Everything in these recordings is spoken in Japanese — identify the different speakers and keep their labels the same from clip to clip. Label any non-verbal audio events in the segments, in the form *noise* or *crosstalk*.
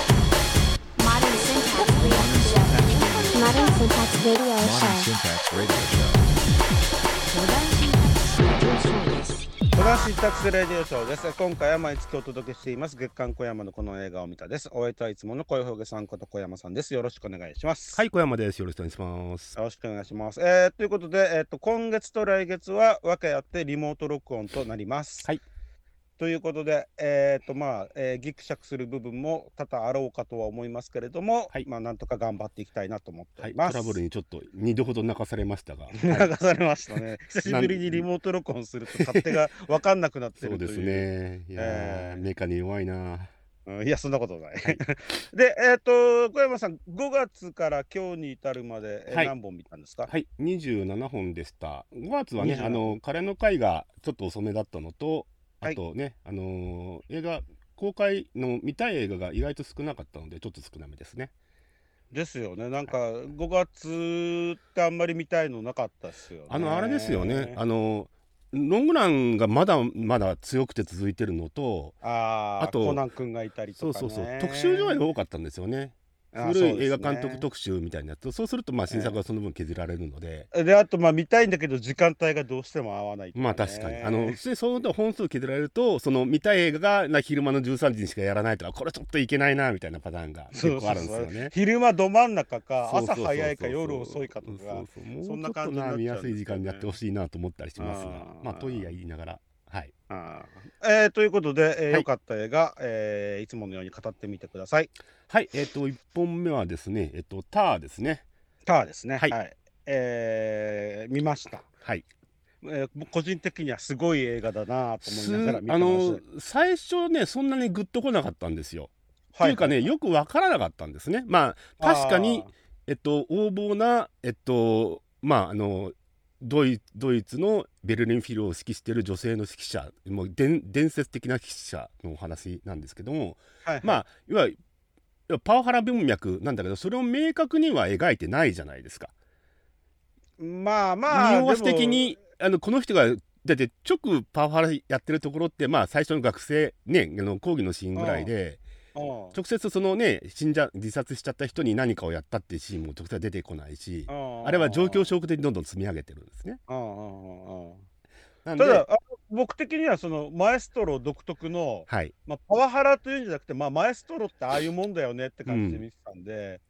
Speaker 1: Modern
Speaker 2: Modern Syntax Radio Show. Modern Syntax Radio Show.
Speaker 1: Syntax Radio Show.
Speaker 3: トランシータックスレディオショーです。今回は毎月お届けしています。月刊小山のこの映画を見たです。お相手はいつもの小山さんこと小山さんです。よろしくお願いします。
Speaker 4: はい、小山です。よろしくお願いします。
Speaker 3: よろしくお願いします。えーということで、えーと、今月と来月は分け合ってリモート録音となります。
Speaker 4: はい。
Speaker 3: ということで、えーとまあえーギクシャクする部分も多々あろうかとは思いますけれども、
Speaker 4: はい
Speaker 3: まあなんとか頑張っていきたいなと思ってお
Speaker 4: はい、
Speaker 3: り
Speaker 4: ト
Speaker 3: ます。
Speaker 4: ラブルにちょっと二度ほど泣かされましたが、
Speaker 3: *laughs* 流されまし
Speaker 4: *laughs*
Speaker 3: たね。久しぶりにリモート録音すると勝手が分かんなくなって
Speaker 4: そう
Speaker 3: ると
Speaker 4: で
Speaker 3: いう。
Speaker 4: すね。いやー、
Speaker 3: えー
Speaker 4: メカに弱いな。
Speaker 3: うんいや、そんなことな
Speaker 4: い
Speaker 3: い。*laughs* で、えっ、と、小山さん、5月から今日に至るまで、えー
Speaker 4: はい
Speaker 3: 何本見たんですか、
Speaker 4: はい、二十七本でした。五月はね、
Speaker 3: 27
Speaker 4: あの彼の会がちょっと遅めだったのと、
Speaker 3: はい
Speaker 4: あとね、あのー映画公開の見たい映画が意外と少なかったので、ちょっと少なめですね。
Speaker 3: ですよね。なんか、5月ってあんまり見たいのなかったっすよね。
Speaker 4: あのあれですよね。あのロングランがまだまだ強くて続いてるのと、
Speaker 3: あー
Speaker 4: あと
Speaker 3: コナン君がいたり
Speaker 4: そ
Speaker 3: と
Speaker 4: う
Speaker 3: か、
Speaker 4: そ
Speaker 3: ね。
Speaker 4: うそう、特集上映が多かったんですよね。
Speaker 3: あー
Speaker 4: 古い映画監
Speaker 3: そうです
Speaker 4: 督
Speaker 3: ね
Speaker 4: 特集みたいなやつとそうするとまあ新作はその分削られるので、
Speaker 3: で、あと、まあ、見たいんだけど、時間帯がどうしても合わないっていうね、
Speaker 4: まあ確かにあのでそうの本数削られるとその見たい映画がな昼間の13時にしかやらないとかこれちょっといけないなみたいなパターンが結構あるんですよね。
Speaker 3: 昼間ど真ん中か、
Speaker 4: そうそう
Speaker 3: 朝
Speaker 4: そうそう
Speaker 3: 早いか、夜遅いかとか。
Speaker 4: そうそうもう
Speaker 3: そん
Speaker 4: ちょ
Speaker 3: な
Speaker 4: っ
Speaker 3: 感
Speaker 4: と
Speaker 3: じにな
Speaker 4: な
Speaker 3: っちゃうん
Speaker 4: 見
Speaker 3: ですよね
Speaker 4: やすい時間にやってほしいなと思ったりしてますが
Speaker 3: あー
Speaker 4: まあといや言いながらはい
Speaker 3: あーえーということで、えー
Speaker 4: はい
Speaker 3: よかった映画、えーいつものように語ってみてください。
Speaker 4: はいえっ、と1本目はですねえっ、とターですね
Speaker 3: タワーですね。は。
Speaker 4: はいい
Speaker 3: えー見ました。
Speaker 4: はい
Speaker 3: えー個人的にはすごい映画だなと思いながら見て
Speaker 4: あ
Speaker 3: ま
Speaker 4: の
Speaker 3: し
Speaker 4: 最初ねそんなにグッとこなかったんですよ。
Speaker 3: た。
Speaker 4: というかね、よくわからなかったんですね。まあ確かにえっと横暴なえっとまああのドイドイツのベルリンフィルを指揮している女性の指揮者もう伝伝説的な指揮者のお話なんですけども、
Speaker 3: あー、はい
Speaker 4: まあいわゆるパワハラ文脈なんだけどそれを明確には描いてないじゃないですか。
Speaker 3: まあまあ、
Speaker 4: 匂わし的
Speaker 3: で
Speaker 4: にあのこの人がだって直パワハラやってるところってまあ最初の学生ねあの講義のシーンぐらいで。
Speaker 3: も、
Speaker 4: 直接そのね死んじゃ自殺しちゃった人に何かをやったっていうシーンも直接は出てこないし
Speaker 3: うん
Speaker 4: あれは状況。証拠的にどんどん積み上げてるんですね。
Speaker 3: うんうんうんうん
Speaker 4: なんで
Speaker 3: ただ、あ僕的にはそのマエストロ独特の、
Speaker 4: はい、
Speaker 3: まあ、パワハラというんじゃなくて、まあ、マエストロってああいうもんだよねって感じで見てたんで、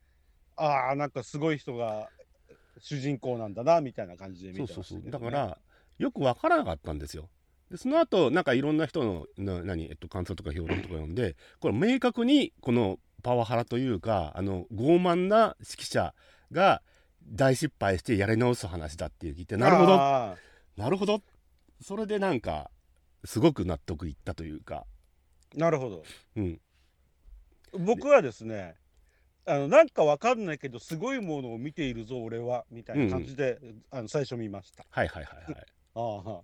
Speaker 3: ああ、なんかすごい人が主人公なんだなみたいな感じで
Speaker 4: そ
Speaker 3: 見
Speaker 4: う
Speaker 3: て
Speaker 4: そ
Speaker 3: ま
Speaker 4: う
Speaker 3: し
Speaker 4: そ
Speaker 3: たけ
Speaker 4: う
Speaker 3: どね
Speaker 4: だからよくわからなかったんですよ。でその後なんかいろんな人のな何、えっと、感想とか評論とか読んでこれ明確にこのパワハラというかあの傲慢な指揮者が大失敗してやり直す話だっていう聞いてなるほど
Speaker 3: あー
Speaker 4: なるほどそれでなんかすごく納得いったというか、
Speaker 3: なるほど。
Speaker 4: うん、
Speaker 3: 僕はですねあのなんかわかんないけどすごいものを見ているぞ俺はみたいな感じで、あの最初見ました
Speaker 4: はいはいはいはい。
Speaker 3: ああ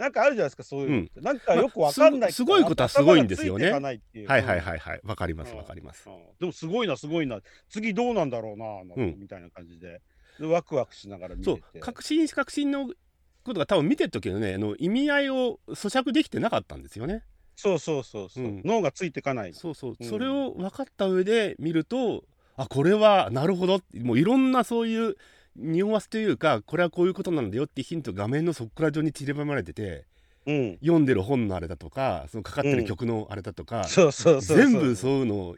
Speaker 3: なんかあるじゃないですかそういうのって、なん
Speaker 4: ま
Speaker 3: か
Speaker 4: あ
Speaker 3: よくわかんないけど
Speaker 4: すごいすごいことはすごいんですよね
Speaker 3: 頭がついていか
Speaker 4: は
Speaker 3: ないい
Speaker 4: はい
Speaker 3: い
Speaker 4: はいはい、わかりま
Speaker 3: う
Speaker 4: す
Speaker 3: ん
Speaker 4: わかります。
Speaker 3: でもすごいなすごいな次どうなんだろうななんて
Speaker 4: うん
Speaker 3: みたいな感じででワクワクしながら見て
Speaker 4: そう
Speaker 3: て、
Speaker 4: 確信確信のことが多分見てる時のね、あの意味合いを咀嚼できてなかったんですよね。
Speaker 3: そうそうそうそう、
Speaker 4: うん
Speaker 3: 脳がついていかない
Speaker 4: そうそう、
Speaker 3: うん
Speaker 4: それを分かった上で見ると、あこれはなるほど、もういろんなそういう匂わせというか、これはこういうことなんだよってヒント画面のそこら中に散りばめられてて、
Speaker 3: うん
Speaker 4: 読んでる本のあれだとか、そのかかってる曲のあれだとか、
Speaker 3: そうそうそう
Speaker 4: 全部そういうのを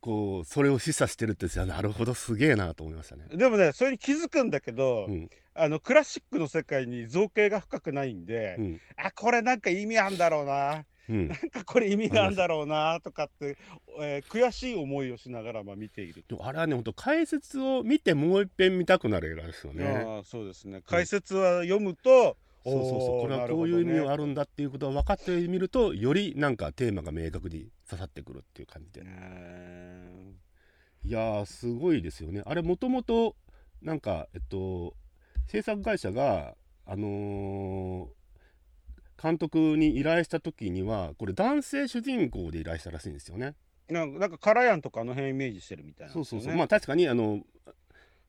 Speaker 4: こうそれを示唆してるってさ、なるほどすげえなと思いましたね。
Speaker 3: でもねそれに気づくんだけど、
Speaker 4: うん
Speaker 3: あのクラシックの世界に造形が深くないんで、
Speaker 4: うん
Speaker 3: あこれなんか意味あんだろうな
Speaker 4: うん。
Speaker 3: なんかこれ意味があんだろうなとかって、えー悔しい思いをしながらまあ見ている。
Speaker 4: でもあれはね、本当解説を見てもう一遍見たくなる映画ですよね。
Speaker 3: ああそうですね解説は読むと、
Speaker 4: そうそうそう、これはこういう意味があるん
Speaker 3: だ
Speaker 4: だっていうことを分かってみると、よりなんかテーマが明確に刺さってくるっていう感じで。いやー、すごいですよね。あれ、もともと、なんか、えっと、制作会社が、あのー監督に依頼した時には、これ男性主人公で依頼したらしいんですよね。
Speaker 3: なんかなんかカラヤンとかあの辺イメージしてるみたいなん
Speaker 4: そう
Speaker 3: です
Speaker 4: そ
Speaker 3: よ
Speaker 4: う
Speaker 3: ね、
Speaker 4: そう、まあ確かにあの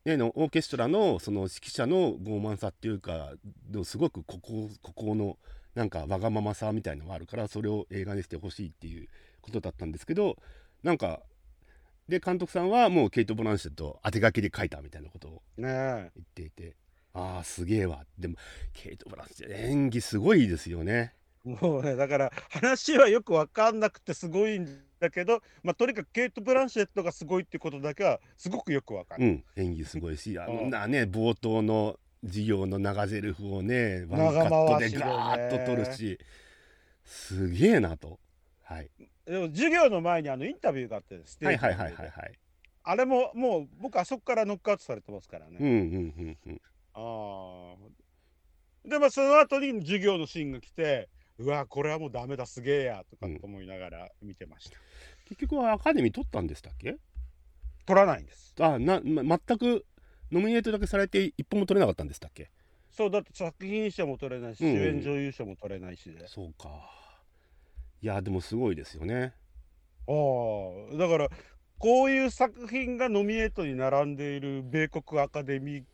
Speaker 4: ね、のオーケストラのその指揮者の傲慢さっていうかのすごくここここのなんかわがままさみたいのがあるからそれを映画にしてほしいっていうことだったんですけどなんかで監督さんはもうケイト・ボランシェットを当て書きで書いたみたいなことを
Speaker 3: ね
Speaker 4: 言っていてああすげえわでもケイト・ボランシェット演技すごいですよね。
Speaker 3: えもうねだから話はよく分かんなくてすごいんだけど、まあ、とにかくケイト・ブランシェットがすごいってことだけはすごくよく分か
Speaker 4: う
Speaker 3: る、
Speaker 4: ん、演技すごいしあ
Speaker 3: うん
Speaker 4: んなね冒頭の授業の長ゼルフをねワンカ
Speaker 3: 長
Speaker 4: ット
Speaker 3: 回
Speaker 4: で
Speaker 3: しでね
Speaker 4: ガーッと取るしすげえなと、はい、
Speaker 3: でも授業の前にあのインタビューがあってステー
Speaker 4: はい
Speaker 3: ジの
Speaker 4: は
Speaker 3: 上
Speaker 4: い
Speaker 3: で
Speaker 4: はいはいはい
Speaker 3: あれももう僕あそこからノックアウトされてますからね、
Speaker 4: うんうんうんうん
Speaker 3: ああ。で、まあ、その後に授業のシーンが来て、うわ、これはもうダメだ、すげえや、とか
Speaker 4: うん
Speaker 3: と思いながら見てました。
Speaker 4: 結局はアカデミー取ったんでしたっけ
Speaker 3: 取らないんです。
Speaker 4: あな、ま、全くノミネートだけされて一本も取れなかったんでしたっけ
Speaker 3: そう、だって作品賞も取れないし、
Speaker 4: うん
Speaker 3: 主演女優賞も取れないしで。
Speaker 4: そうかいやでもすごいですよね
Speaker 3: ああ。だから、こういう作品がノミネートに並んでいる米国アカデミーっ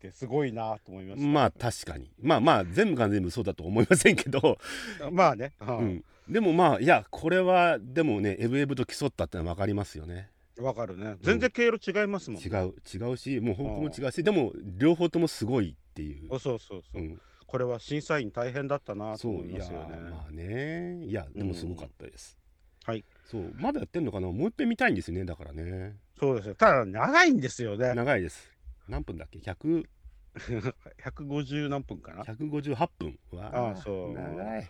Speaker 3: てすごいなと思いました。
Speaker 4: まあ確かにまあまあ全部が全部そうだとは思いませんけど
Speaker 3: あ、まあね。わ、
Speaker 4: う、ん、でもまあいやこれはでもねエブエブと競ったってのは分かりますよね
Speaker 3: わかるね。全然経路違いますもん。
Speaker 4: 違う違うしもう方向も違うしでも両方ともすごいっていう
Speaker 3: お。そうそうそうう、
Speaker 4: ん、
Speaker 3: これは審査員大変だったなと
Speaker 4: そう
Speaker 3: 思い
Speaker 4: い
Speaker 3: ま
Speaker 4: や
Speaker 3: すよね。
Speaker 4: まあねいやでもすごかったです、
Speaker 3: はい。
Speaker 4: そうまだやってんのかなもう一遍見たいんですよねだからね
Speaker 3: そうですよ。ただ長いんですよね。
Speaker 4: 長いです何分だっけ100
Speaker 3: 150何分かな。
Speaker 4: 158分
Speaker 3: あ
Speaker 4: わ
Speaker 3: あそう
Speaker 4: 長い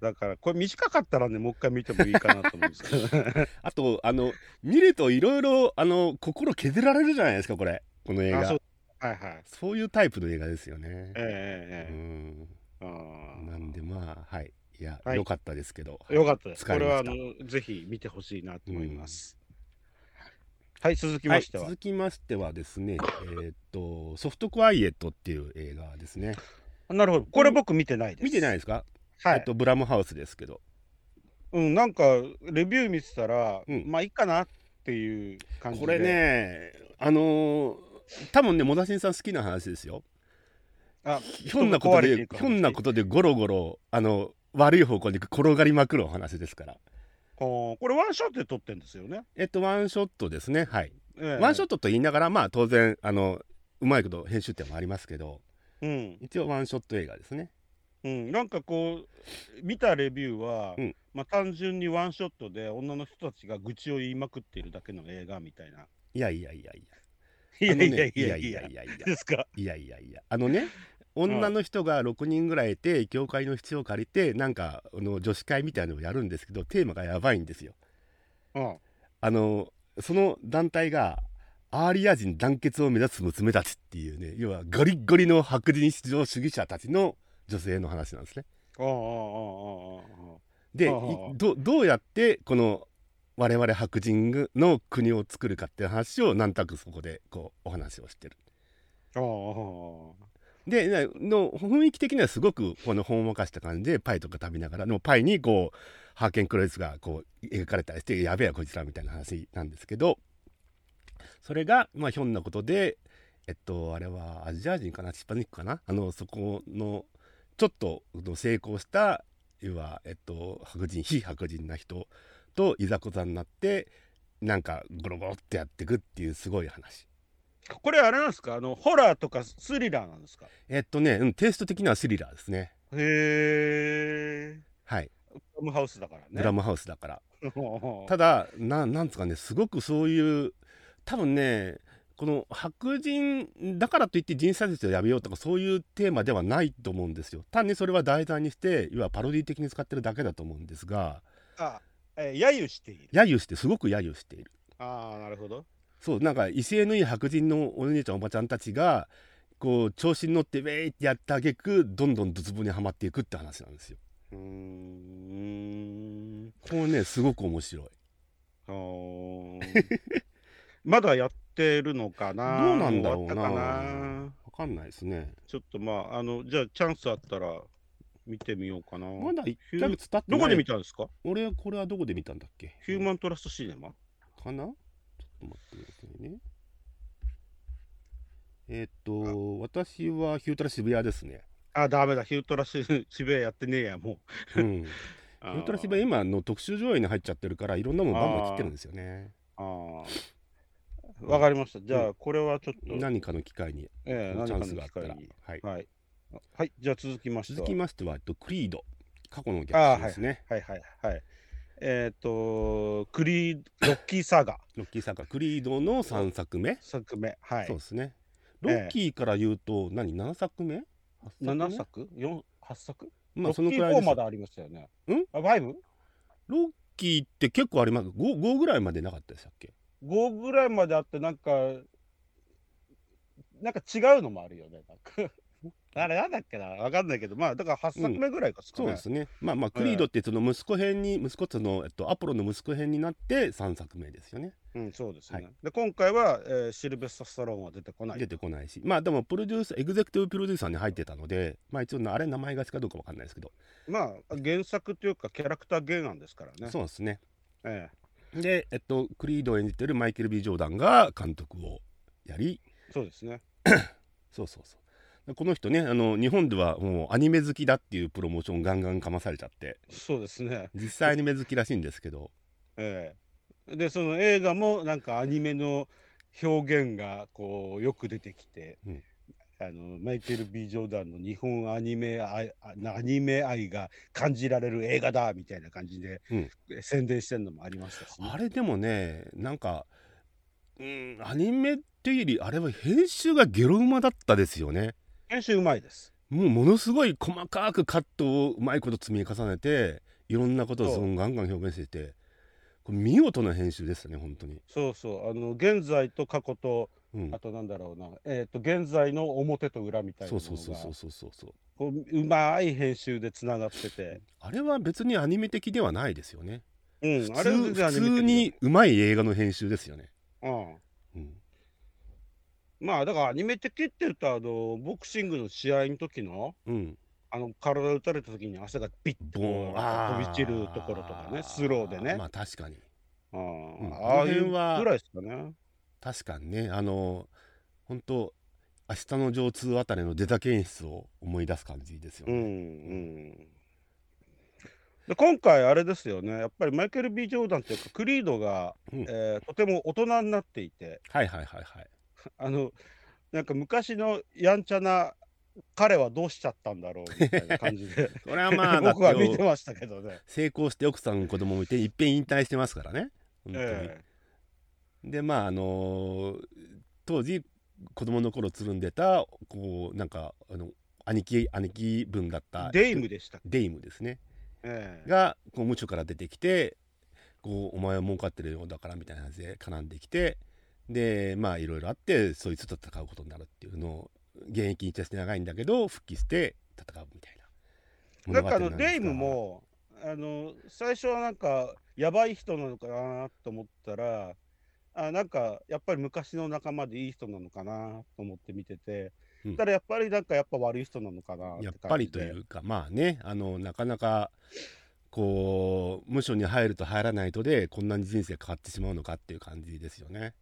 Speaker 3: だからこれ短かったらね、もう一回見てもいいかなと思うんです
Speaker 4: *laughs*
Speaker 3: けど。
Speaker 4: あとあの見るといろいろあの心削られるじゃないですかこれこの映
Speaker 3: あ
Speaker 4: 画
Speaker 3: そ
Speaker 4: そうう
Speaker 3: はいはい。
Speaker 4: いうタイプの映画ですよね、う
Speaker 3: え
Speaker 4: ん
Speaker 3: えええええ
Speaker 4: な
Speaker 3: あ
Speaker 4: んでまあはいいや良、
Speaker 3: はい
Speaker 4: かったですけど
Speaker 3: あよかったです。
Speaker 4: 疲
Speaker 3: こ
Speaker 4: れ
Speaker 3: れ
Speaker 4: ま
Speaker 3: は
Speaker 4: し
Speaker 3: あ
Speaker 4: た
Speaker 3: のぜひ見てほしいなと思います。はい、続きましては。
Speaker 4: はい、続きましてはですねえーっとソフトクワイエットっていう映画ですね
Speaker 3: なるほど。これ僕見てないです。
Speaker 4: 見てない
Speaker 3: い。
Speaker 4: ですか、
Speaker 3: は
Speaker 4: えっ
Speaker 3: い。
Speaker 4: とブラムハウスですけど
Speaker 3: うん、なんかレビュー見てたら、
Speaker 4: うん
Speaker 3: まあいいかなっていう感じで。
Speaker 4: これ。ねあのー多分ねモダシンさん好きな話ですよ
Speaker 3: あ、
Speaker 4: ひょんなこと
Speaker 3: 人が壊れて
Speaker 4: で
Speaker 3: いく話
Speaker 4: ひょんなことでゴロゴロあの悪い方向に転がりまくるお話ですから
Speaker 3: こうこれワンショットで撮ってんですよね。
Speaker 4: えっとワンショットですねはい、ワ
Speaker 3: ワ
Speaker 4: ンショットと言いながらまあ当然あのうまいこと編集点もありますけど
Speaker 3: うん。
Speaker 4: 一応ワンショット映画ですね
Speaker 3: うん、なんかこう見たレビューは、
Speaker 4: うん
Speaker 3: まあ、単純にワンショットで女の人たちが愚痴を言いまくっているだけの映画みたいな。
Speaker 4: いやいやいやいや
Speaker 3: い
Speaker 4: あ
Speaker 3: や
Speaker 4: のね
Speaker 3: いやいやい
Speaker 4: いや
Speaker 3: や
Speaker 4: いやいや
Speaker 3: ですか。
Speaker 4: いやいやいやあのね女の人が6人ぐらいいて教会の必要を借りてなんかあの女子会みたいなのをやるんですけどテーマがやばいんですよ
Speaker 3: うん、
Speaker 4: あのその団体がアーリア人団結を目指す娘たちっていうね要はゴリッゴリの白人至上主義者たちの女性の話なんですね
Speaker 3: あああああああ
Speaker 4: でい
Speaker 3: はあはあ
Speaker 4: どどうやってこの我々白人の国を作るかっていう話をなんとなくそこでこうお話をしてる
Speaker 3: あああ
Speaker 4: でなの雰囲気的にはすごくこのほんわかした感じでパイとか食べながらのパイにこうハーケンクロイツがこう描かれたりしてやべえやこいつらみたいな話なんですけどそれがまあひょんなことでえっとあれはアジア人かなヒスパニックかなあのそこのちょっと成功した要はえっと白人非白人な人といざこざになってなんかゴロゴロってやっていくっていうすごい話。
Speaker 3: あこれあれなんですかあのホラーとかスリラーなんですか
Speaker 4: えっとね、うん、テイスト的にはスリラーですね。
Speaker 3: へえ。
Speaker 4: はい
Speaker 3: ドラムハウスだからね。
Speaker 4: ドラムハウスだから、た
Speaker 3: だ
Speaker 4: だななんつうかねすごくそういう多分ねこの白人だからといって人種差別をやめようとかそういうテーマではないと思うんですよ単にそれは題材にして要はパロディ的に使ってるだけだと思うんですが
Speaker 3: あ、えー、揶揄している。
Speaker 4: 揶揄してすごく揶揄している
Speaker 3: ああ、なるほど。
Speaker 4: そうなんか威勢のいい白人のお姉ちゃんおばちゃんたちがこう調子に乗ってウェーってやったあげくどんどんドツボにはまっていくって話なんですよ
Speaker 3: うーん。
Speaker 4: これねすごく面白い
Speaker 3: あーまだやってるのかな
Speaker 4: どうなんだろうな
Speaker 3: 終わったかな
Speaker 4: わかんないですね
Speaker 3: ちょっとまああのじゃあチャンスあったら見てみようかな
Speaker 4: まだ1
Speaker 3: ヒュー
Speaker 4: ヶ月経ってな
Speaker 3: ど
Speaker 4: い
Speaker 3: こで見たんですか
Speaker 4: 俺はこれはどこで見たんだっけ
Speaker 3: ヒューマントラストシネマ
Speaker 4: かなちょっと待ってくださいね。えっと私はヒュートラ渋谷ですね。
Speaker 3: あ、ダメだ。ヒュート
Speaker 4: *laughs*
Speaker 3: ラシ渋谷やってねえや、もう。
Speaker 4: う
Speaker 3: *laughs*
Speaker 4: ん、ヒ
Speaker 3: ヒ
Speaker 4: ュートラ渋谷今の特集上映に入っちゃってるからいろんなもんバンバン切ってるんですよね。
Speaker 3: あーわかりました。じゃあ、これはちょっと、
Speaker 4: 何かの機会にチ
Speaker 3: ええ何
Speaker 4: ャ
Speaker 3: か
Speaker 4: ン
Speaker 3: の
Speaker 4: スがあ
Speaker 3: 機
Speaker 4: った
Speaker 3: 会
Speaker 4: ら。
Speaker 3: に。
Speaker 4: はい。
Speaker 3: はい。はい、じゃあ続きまして
Speaker 4: 続
Speaker 3: は
Speaker 4: きましてはえっとクリード過去の逆襲ですね。
Speaker 3: はいはいはい。えっ、と、クリー、ロッキーサガ、
Speaker 4: ロッキー作家クリードの三作目。
Speaker 3: 作目。は
Speaker 4: そう
Speaker 3: い。
Speaker 4: ですね。ロッキーから言うと、何七作目？八作目
Speaker 3: 7作 ?4、8作
Speaker 4: ま
Speaker 3: ロ
Speaker 4: あ
Speaker 3: ッキ
Speaker 4: そのく
Speaker 3: ー
Speaker 4: らいで
Speaker 3: 4
Speaker 4: す
Speaker 3: ま。だありましたよね。
Speaker 4: ん
Speaker 3: あ、5?
Speaker 4: ロッキーって結構あります。五五ぐらいまでなかったでしたっけ？
Speaker 3: 5ぐらいまであって、なんか、なんか違うのもあるよね。なんか *laughs* あれなんだっけなわかんないけど、まあ、だから8作目ぐらいか、。
Speaker 4: そうですすね。まあまあクリードってその息子編に息子とのえっとアポロの息子編になって三作目ですよね。
Speaker 3: うん、そうですね。
Speaker 4: は
Speaker 3: で、今回は、えーシルベスタ・スタローンは出てこない。
Speaker 4: 出てこないし、まあでもプロデュースエグゼクティブプロデューサーに入ってたので、まあ一応なあれ名前がちかどうかわかんないですけど、
Speaker 3: まあ、原作というか、キャラクター原案ですからね。
Speaker 4: そうですね。
Speaker 3: え
Speaker 4: でえっとクリードを演じてるマイケル B ジョーダンが監督をやり、
Speaker 3: えそうですね。
Speaker 4: そうそうそう。この人ねあの日本ではもうアニメ好きだっていうプロモーションガンガンかまされちゃって
Speaker 3: そうですね。
Speaker 4: 実際アニメ好きらしいんですけど
Speaker 3: ええでその映画もなんかアニメの表現がこうよく出てきて、
Speaker 4: うん
Speaker 3: あのマイケル・ B ・ジョーダンの日本アニメ愛あアニメ愛が感じられる映画だみたいな感じで、
Speaker 4: うん
Speaker 3: 宣伝してるのもありましたしね、
Speaker 4: あれでもねなんかうんアニメっていうよりあれは編集がゲロ馬だったですよね。
Speaker 3: 編集うまいです。
Speaker 4: もうものすごい細かくカットをうまいこと積み重ねていろんなことを
Speaker 3: そう
Speaker 4: ガンガン表現しててこれ見事な編集ですね本当に。
Speaker 3: そうそうあの現在と過去と
Speaker 4: うん
Speaker 3: あとなんだろうな、えっと現在の表と裏みたいな
Speaker 4: そう
Speaker 3: もの
Speaker 4: そうそうそうそ
Speaker 3: が
Speaker 4: うそうそう
Speaker 3: こううまい編集でつながってて、
Speaker 4: あれは別にアニメ的ではないですよね。
Speaker 3: うん、
Speaker 4: 普
Speaker 3: あれは全
Speaker 4: 通
Speaker 3: 然アニメ
Speaker 4: 普
Speaker 3: 的
Speaker 4: 通
Speaker 3: だ
Speaker 4: に、うまい映画の編集ですよね。
Speaker 3: うん、
Speaker 4: うん、
Speaker 3: まあだからアニメ的って言うとあのボクシングの試合の時の
Speaker 4: うん、
Speaker 3: あの体打たれた時に汗がビッと
Speaker 4: ボーン
Speaker 3: こうなんか飛び散るところとかねスローでね、
Speaker 4: まあ確かに
Speaker 3: うん
Speaker 4: うん
Speaker 3: ああい
Speaker 4: あの辺
Speaker 3: うぐ
Speaker 4: は
Speaker 3: らいですかね
Speaker 4: 確かにねあの本当明日の上通あたりの出た演出を思い出す感じですよ
Speaker 3: うんう
Speaker 4: ね。
Speaker 3: んで今回あれですよねやっぱりマイケル・ B ・ジョーダンっていうかクリードが、
Speaker 4: うん
Speaker 3: えーとても大人になっていて
Speaker 4: はいはいはいはい。
Speaker 3: あのなんか昔のやんちゃな彼はどうしちゃったんだろうみたいな感じで
Speaker 4: これは *laughs* まあだっ
Speaker 3: *laughs* 僕は見て
Speaker 4: て
Speaker 3: ましたけどね。
Speaker 4: 成功して奥さん子供もいていっぺん引退してますからね。本当に
Speaker 3: ええ
Speaker 4: でまああのー当時子供の頃つるんでたこうなんかあの兄貴兄貴分だった
Speaker 3: デイムでしたっけ、
Speaker 4: デイムですね。
Speaker 3: ええ
Speaker 4: がこう無所から出てきてこうお前は儲かってるようだからみたいな話で絡んできてでまあいろいろあってそいつと戦うことになるっていうのを現役にいたして長いんだけど復帰して戦うみたいな物
Speaker 3: なん
Speaker 4: 語
Speaker 3: かあの
Speaker 4: ですが
Speaker 3: デイムもあの最初はなんかやばい人なのかなと思ったらあなんかやっぱり昔の仲間でいい人なのかなと思って見てて、
Speaker 4: うん
Speaker 3: ただやっぱりなんかやっぱ悪い人なのかなって
Speaker 4: や
Speaker 3: 感
Speaker 4: っ
Speaker 3: じで
Speaker 4: ぱりというかまあねあのなかなかこう無所に入ると入らないとでこんなに人生変わってしまうのかっていう感じですよね。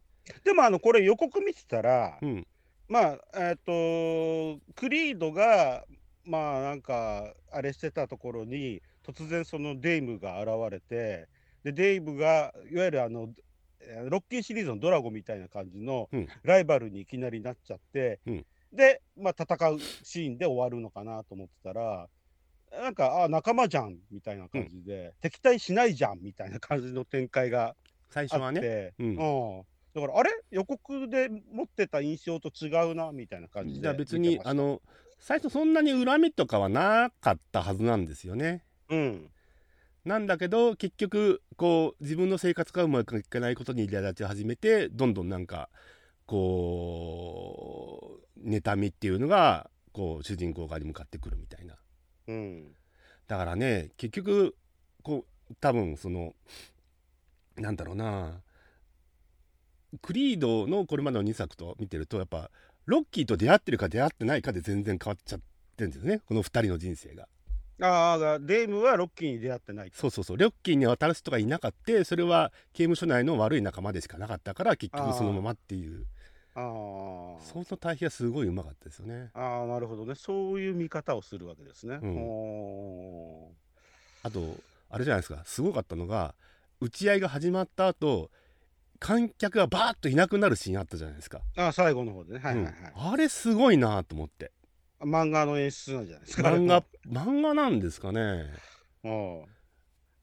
Speaker 3: でもあのこれ予告見てたら、
Speaker 4: うん、
Speaker 3: まあえっ、とクリードがまあなんかあれしてたところに突然そのデイムが現れてでデイムがいわゆるあのえーロッキーシリーズのドラゴンみたいな感じの
Speaker 4: うん
Speaker 3: ライバルにいきなりなっちゃって、
Speaker 4: うん
Speaker 3: で、まあ、戦うシーンで終わるのかなと思ってたらなんかあ仲間じゃんみたいな感じで、敵対しないじゃんみたいな感じの展開が
Speaker 4: 最初
Speaker 3: あ
Speaker 4: は
Speaker 3: っ
Speaker 4: ね、
Speaker 3: て、
Speaker 4: うん
Speaker 3: うんだからあれ予告で持ってた印象と違うなみたいな感じで
Speaker 4: じゃあ別
Speaker 3: 見て
Speaker 4: に
Speaker 3: ました
Speaker 4: あの最初そんなに恨みとかはなかったはずなんですよね。
Speaker 3: うん
Speaker 4: なんだけど結局こう自分の生活がうまくいかないことに苛立ち始めてどんどんなんかこう妬みっていうのがこう主人公側に向かってくるみたいな
Speaker 3: うん
Speaker 4: だからね結局こう多分そのなんだろうなクリードのこれまでの2作と見てるとやっぱロッキーと出会ってるか出会ってないかで全然変わっちゃってるんですよねこの2人の人生が。
Speaker 3: ああデイムはロッキーに出会ってない
Speaker 4: そうそうそうロッキーに渡る人がいなかったそれは刑務所内の悪い仲間でしかなかったから結局そのままっていう
Speaker 3: ああー
Speaker 4: その対比はすごいうまかったですよね
Speaker 3: あーなるほどねそういう見方をするわけですね。
Speaker 4: うん
Speaker 3: お
Speaker 4: あとあれじゃないですかすごかったのが打ち合いが始まった後観客がバーッといなくなるシーンあったじゃないですか、
Speaker 3: ーあー最後の方でね、はいはいは
Speaker 4: う
Speaker 3: い
Speaker 4: んあれすごいなと思
Speaker 3: *laughs*
Speaker 4: って
Speaker 3: 漫画の演出なんじゃないですか。
Speaker 4: 漫画漫画なんですかね
Speaker 3: うん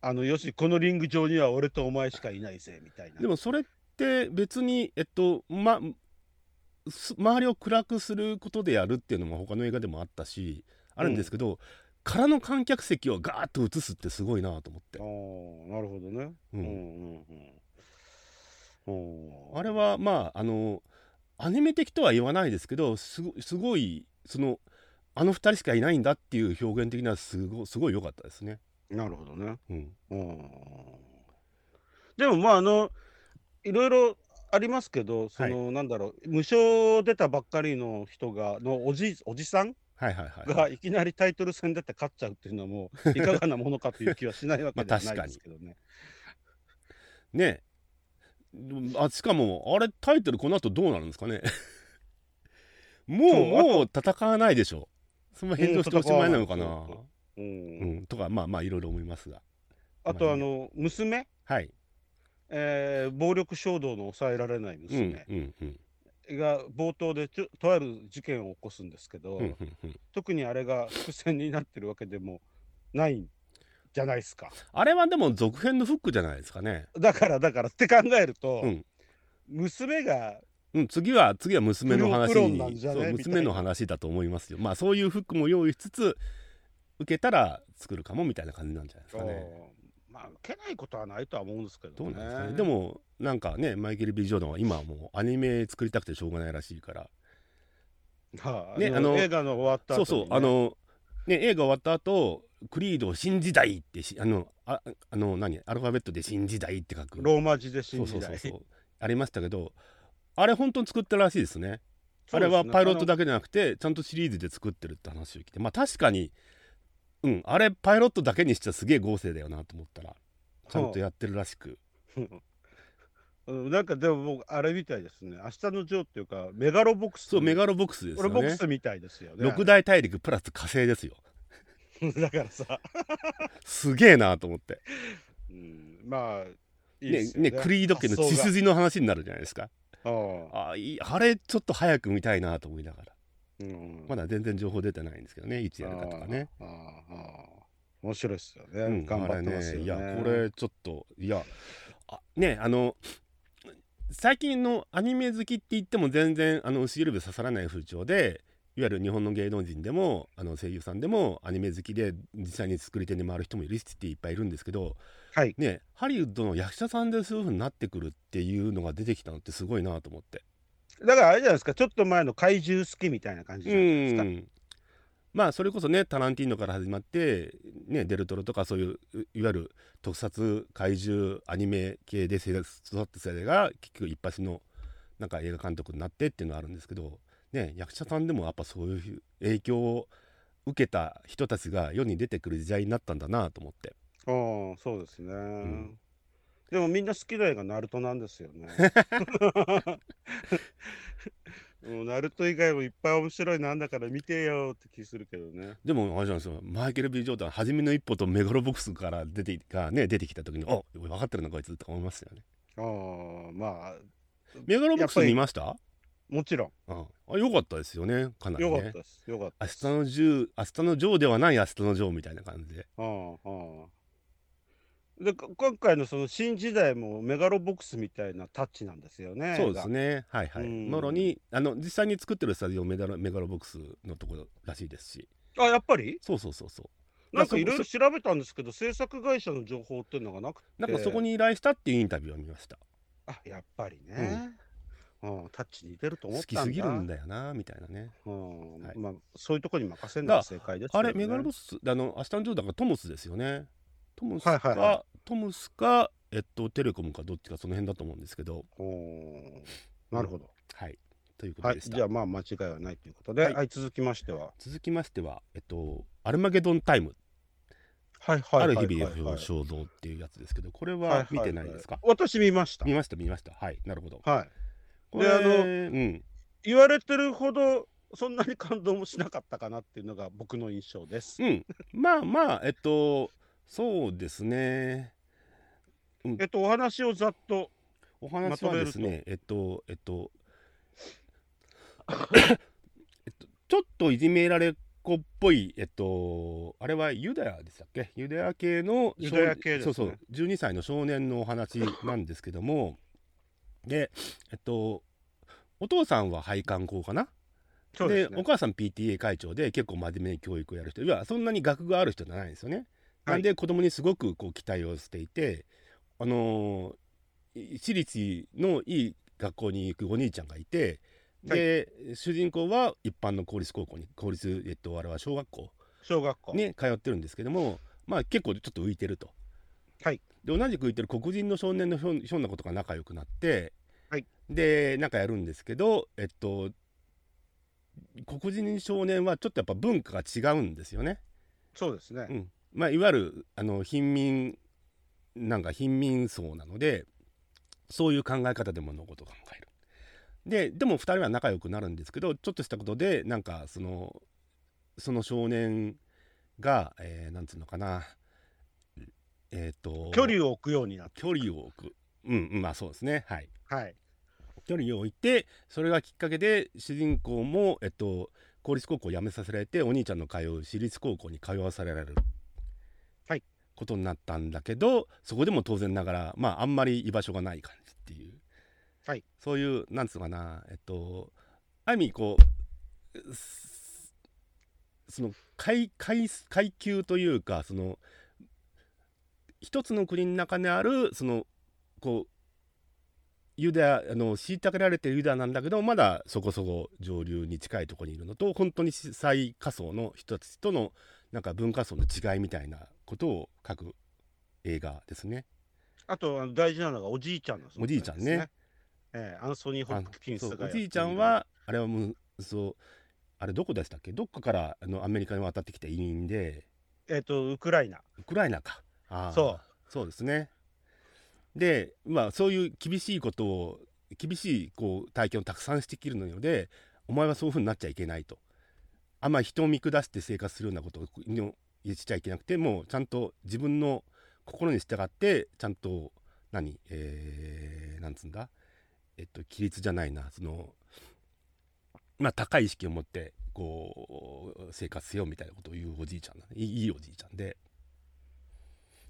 Speaker 3: あのよしこのリング上には俺とお前しかいないぜみたいな。
Speaker 4: でもそれって別にえっとます周りを暗くすることでやるっていうのも他の映画でもあったしあるんですけど、空の観客席をガーッと映すってすごいなと思って
Speaker 3: あ、ーなるほどね。
Speaker 4: う
Speaker 3: うんんうんうんうん
Speaker 4: あれはまああのアニメ的とは言わないですけどすごすごいそのあの2人しかいないんだっていう表現的にはすごすごい良かったですね。
Speaker 3: なるほどね。
Speaker 4: うん、
Speaker 3: うんでもまああのいろいろありますけどその、なんだろう無償出たばっかりの人がのおじおじさん
Speaker 4: はいはい
Speaker 3: *laughs*
Speaker 4: はい、
Speaker 3: がいきなりタイトル戦だって勝っちゃうっていうの
Speaker 4: *laughs*
Speaker 3: はもういかがなものかという気はしないわけで
Speaker 4: ま
Speaker 3: は
Speaker 4: あ
Speaker 3: な
Speaker 4: 確
Speaker 3: い
Speaker 4: かに
Speaker 3: ですけどね。
Speaker 4: ねえあしかもあれタイトルこの後どうなるんですかね *laughs* もう
Speaker 3: そうあと
Speaker 4: もう戦わないでしょその返上しておしまいなのかな、
Speaker 3: う
Speaker 4: うん
Speaker 3: んうん
Speaker 4: とかまあまあいろいろ思いますが
Speaker 3: あとあの娘、
Speaker 4: はい、
Speaker 3: えー暴力衝動の抑えられない
Speaker 4: うん
Speaker 3: 娘
Speaker 4: うんうん
Speaker 3: が冒頭でちょとある事件を起こすんですけど、
Speaker 4: うんうんうん
Speaker 3: 特にあれが伏線になってるわけでもないんじゃないですか。
Speaker 4: あれはでも続編のフックじゃないですかね
Speaker 3: だからだからって考えると、
Speaker 4: うん
Speaker 3: 娘が
Speaker 4: うん、次は次は娘の話
Speaker 3: プロプロなん
Speaker 4: に
Speaker 3: じゃね
Speaker 4: そう
Speaker 3: みたいな
Speaker 4: 娘の話だと思いますよまあそういうフックも用意しつつ受けたら作るかもみたいな感じなんじゃないですかね
Speaker 3: うんまあ受けないことはないとは思うんですけど
Speaker 4: どう
Speaker 3: ね。
Speaker 4: なんですかねでもなんかねマイケル・ B ・ジョーダンは今はもうアニメ作りたくてしょうがないらしいから
Speaker 3: はあ
Speaker 4: ね
Speaker 3: あの
Speaker 4: あの
Speaker 3: 映画の終わった後
Speaker 4: そう
Speaker 3: にね
Speaker 4: そうあのね映画終わった後クリード新時代ってしあのああの何アルファベットで新時代って書く
Speaker 3: ローマ字で新時代
Speaker 4: そうそうそうそうありましたけどあれ本当に作ったらしいですね
Speaker 3: *laughs* そ
Speaker 4: あ
Speaker 3: うで
Speaker 4: れ
Speaker 3: すね
Speaker 4: はパイロットだけじゃなくてちゃんとシリーズで作ってるって話を聞いてまあ確かにうんあれパイロットだけにしちゃすげえ豪勢だよなと思ったらちゃんとやってるらしく
Speaker 3: うんなんかでも僕あれみたいですね明日のジョーっていうかメガロボックス
Speaker 4: そうメガロボックスですよ
Speaker 3: ロボック
Speaker 4: ね
Speaker 3: スみたいですよね
Speaker 4: 六大大陸プラス火星ですよ
Speaker 3: だからさ、
Speaker 4: すげえなと思って
Speaker 3: うん、まあいいで
Speaker 4: ね
Speaker 3: すよね
Speaker 4: ねクリード家の
Speaker 3: 発
Speaker 4: 血
Speaker 3: 想が
Speaker 4: 筋の話になるじゃないですか
Speaker 3: うん
Speaker 4: あいいあれちょっと早く見たいなと思いながら
Speaker 3: うん
Speaker 4: まだ全然情報出てないんですけどねいつやるかとかね
Speaker 3: あーあーあー面白いですよね、
Speaker 4: うん
Speaker 3: 頑張ってますよね
Speaker 4: あれねいやこれちょっといやあねあの最近のアニメ好きって言っても全然あの牛指刺さらない風潮でいわゆる日本の芸能人でもあの声優さんでもアニメ好きで実際に作り手に回る人もいるしっていっぱいいるんですけど、
Speaker 3: はい
Speaker 4: ね、ハリウッドの役者さんでそういう風になってくるっていうのが出てきたのってすごいなと思って。
Speaker 3: だからあれじゃないですかちょっと前の怪獣好きみたいな感じじゃないですか、
Speaker 4: うんまあそれこそねタランティーノから始まって、ね、デルトロとかそういうういわゆる特撮怪獣アニメ系で育った世代が結局一発のなんか映画監督になってっていうのはあるんですけど、ね、役者さんでもやっぱそういう影響を受けた人たちが世に出てくる時代になったんだなと思って
Speaker 3: うん、そうですね、
Speaker 4: ん
Speaker 3: でもみんな好きな映画ナルトなんですよ
Speaker 4: *laughs*
Speaker 3: ねもうナルト以外もいっぱい面白いなんだから見てよって気するけどね
Speaker 4: でもあれじゃないですかマイケル・ B ・ジョーダン初めの一歩とメガロボックスから出てが、ね、出てきた時に「お分かってるなこいつ」とか思いますよね。
Speaker 3: ああまあ
Speaker 4: メガロボックス
Speaker 3: やっぱり
Speaker 4: 見ました
Speaker 3: もちろ
Speaker 4: うんあ良かったですよねかなんりね
Speaker 3: よかったですよかった
Speaker 4: 明日
Speaker 3: です
Speaker 4: の10明日のジョーではない明日のジョーみたいな感じで
Speaker 3: うんうんでこ今回のその新時代もメガロボックスみたいなタッチなんですよね
Speaker 4: そうですねはいはい
Speaker 3: うん
Speaker 4: もろにあの実際に作ってるスタジオメダロメガロボックスのところらしいですし
Speaker 3: 映画あやっぱり
Speaker 4: そうそうそうそう
Speaker 3: なんかいろいろ調べたんですけど制作会社の情報っていうのがなくて
Speaker 4: なんかそこに依頼したっていうインタビューを見ました
Speaker 3: あやっぱりね、うんタッチ似てると思
Speaker 4: 好
Speaker 3: ったん
Speaker 4: き
Speaker 3: だ
Speaker 4: すぎるんだよなみたいなね
Speaker 3: うん
Speaker 4: はい
Speaker 3: まあ、そういうとこに任せるのが正解ですけ
Speaker 4: あ
Speaker 3: どね、
Speaker 4: れメガロボックスあの明日のジョーだからトムスですよねトムスか、
Speaker 3: はいはいは
Speaker 4: トムスかえっとテレコムかどっちかその辺だと思うんですけど
Speaker 3: おーなるほど、
Speaker 4: はいということ
Speaker 3: はい
Speaker 4: でした、
Speaker 3: じゃあまあ間違いはないということで、
Speaker 4: は
Speaker 3: はいい続きましては
Speaker 4: 続きましてはえっとアルマゲドンタイム
Speaker 3: はいはい
Speaker 4: あ
Speaker 3: はい
Speaker 4: る
Speaker 3: はい
Speaker 4: 日々の
Speaker 3: は
Speaker 4: 肖像っていうやつですけど、これ
Speaker 3: いはい
Speaker 4: は見てないですか、
Speaker 3: 私見ました
Speaker 4: 見ました、見ました。はい、なるほど。
Speaker 3: はい
Speaker 4: これ
Speaker 3: であの
Speaker 4: うん、
Speaker 3: 言われてるほどそんなに感動もしなかったかなっていうのが僕の印象です。
Speaker 4: うん、まあまあえっとそうですね
Speaker 3: えっとお話をざっと
Speaker 4: お話はですね、えっと、えっと、 *coughs* えっと、ちょっといじめられっ子っぽい、えっと、あれはユダヤでしたっけユダヤ系の少、
Speaker 3: ユダヤ系ですね
Speaker 4: そうそう、12歳の少年のお話なんですけども、で、えっと、お父さんは配管工かな
Speaker 3: そう
Speaker 4: で
Speaker 3: ですね
Speaker 4: お。母さん PTA 会長で結構真面目に教育をやる人いやそんなに学がある人じゃないんですよね。
Speaker 3: はい
Speaker 4: なんで子供にすごくこう期待をしていて、あのー私立のいい学校に行くお兄ちゃんがいてで、主人公は一般の公立高校に公立、えっと、あれは小学校
Speaker 3: 小学校。
Speaker 4: に通ってるんですけども、まあ、結構ちょっと浮いてると。
Speaker 3: はい
Speaker 4: で同じく浮いてる黒人の少年のひょんひょんなことが仲良くなって、
Speaker 3: はい
Speaker 4: でなんかやるんですけど、えっと、黒人少年はちょっとやっぱ文化が違うんですよね。
Speaker 3: そうですね。
Speaker 4: うんまあ、いわゆるあの貧民なんか貧民層なのでそういう考え方で物事を考える。ででも2人は仲良くなるんですけどちょっとしたことでなんかそのその少年が、えーなんつうのかなえっ、と
Speaker 3: 距離を置くようになっ
Speaker 4: 距離を置く。うん、うんまあそうですね。はい。
Speaker 3: た。はい。
Speaker 4: 距離を置いて、それがきっかけで主人公もえっと公立高校を辞めさせられてお兄ちゃんの通う私立高校に通わされられる。
Speaker 3: はい。
Speaker 4: ことになったんだけど、そこでも当然ながらまああんまり居場所がない感じっていう。
Speaker 3: はい。
Speaker 4: そういうなんつうのかなえっとある意味こうすその階階階級というかその一つの国の中にあるそのこうユダヤあの虐げられてるユダヤなんだけどまだそこそこ上流に近いところにいるのと本当に最下層の人たちとのなんか文化層の違いみたいなことを書く映画ですね。
Speaker 3: あとあの大事なのがおじいちゃんの存在です、
Speaker 4: おじいちゃんね。
Speaker 3: ええアンソニー・ホ
Speaker 4: あ
Speaker 3: ッキンス
Speaker 4: そ
Speaker 3: が
Speaker 4: う
Speaker 3: や
Speaker 4: お
Speaker 3: ってる
Speaker 4: じいちゃんはあれはもうそうあれどこでしたっけどっかからあのアメリカに渡ってきた移民で
Speaker 3: えっ、とウクライナ。
Speaker 4: ウクライナかあー
Speaker 3: そ
Speaker 4: そうですねでまあそういう厳しいことを厳しいこう体験をたくさんしてきるのでお前はそういうふうになっちゃいけないとあんまり人を見下して生活するようなことを言っちゃいけなくてもうちゃんと自分の心に従ってちゃんと何えー、なんつうんだえっと規律じゃないなそのまあ高い意識を持ってこう生活せよみたいなことを言うおじいちゃんなのいいいいおじいちゃんで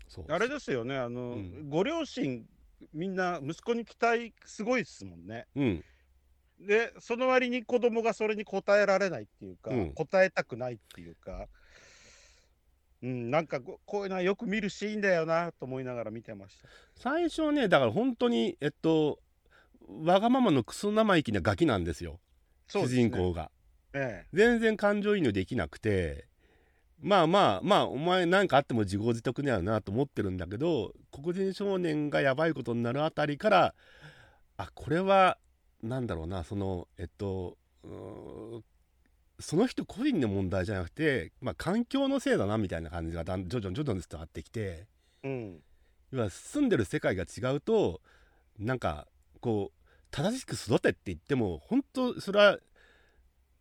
Speaker 4: そう
Speaker 3: あれですよね。あの、
Speaker 4: うん
Speaker 3: ご両親みんな息子に期待すごいですもんね。
Speaker 4: うん
Speaker 3: でその割に子供がそれに応えられないっていうか、
Speaker 4: うん
Speaker 3: 応えたくないっていうか。うん、なんかここういうのはよく見るシーンだよなと思いながら見てました。
Speaker 4: 最初ねだから本当にえっとわがままのクソ生意気なガキなんですよ
Speaker 3: そう
Speaker 4: 主
Speaker 3: ですね
Speaker 4: 人公が
Speaker 3: え
Speaker 4: 全然感情移入できなくてまあまあまあお前なんかあっても自業自得だよなと思ってるんだけど黒人少年がやばいことになるあたりからあこれはなんだろうなそのえっとうーんその人個人の問題じゃなくて、まあ、環境のせいだなみたいな感じがだん徐々に徐々に伝わってきて。
Speaker 3: えうん、
Speaker 4: 要は住んでる世界が違うとなんかこう正しく育てって言っても本当それは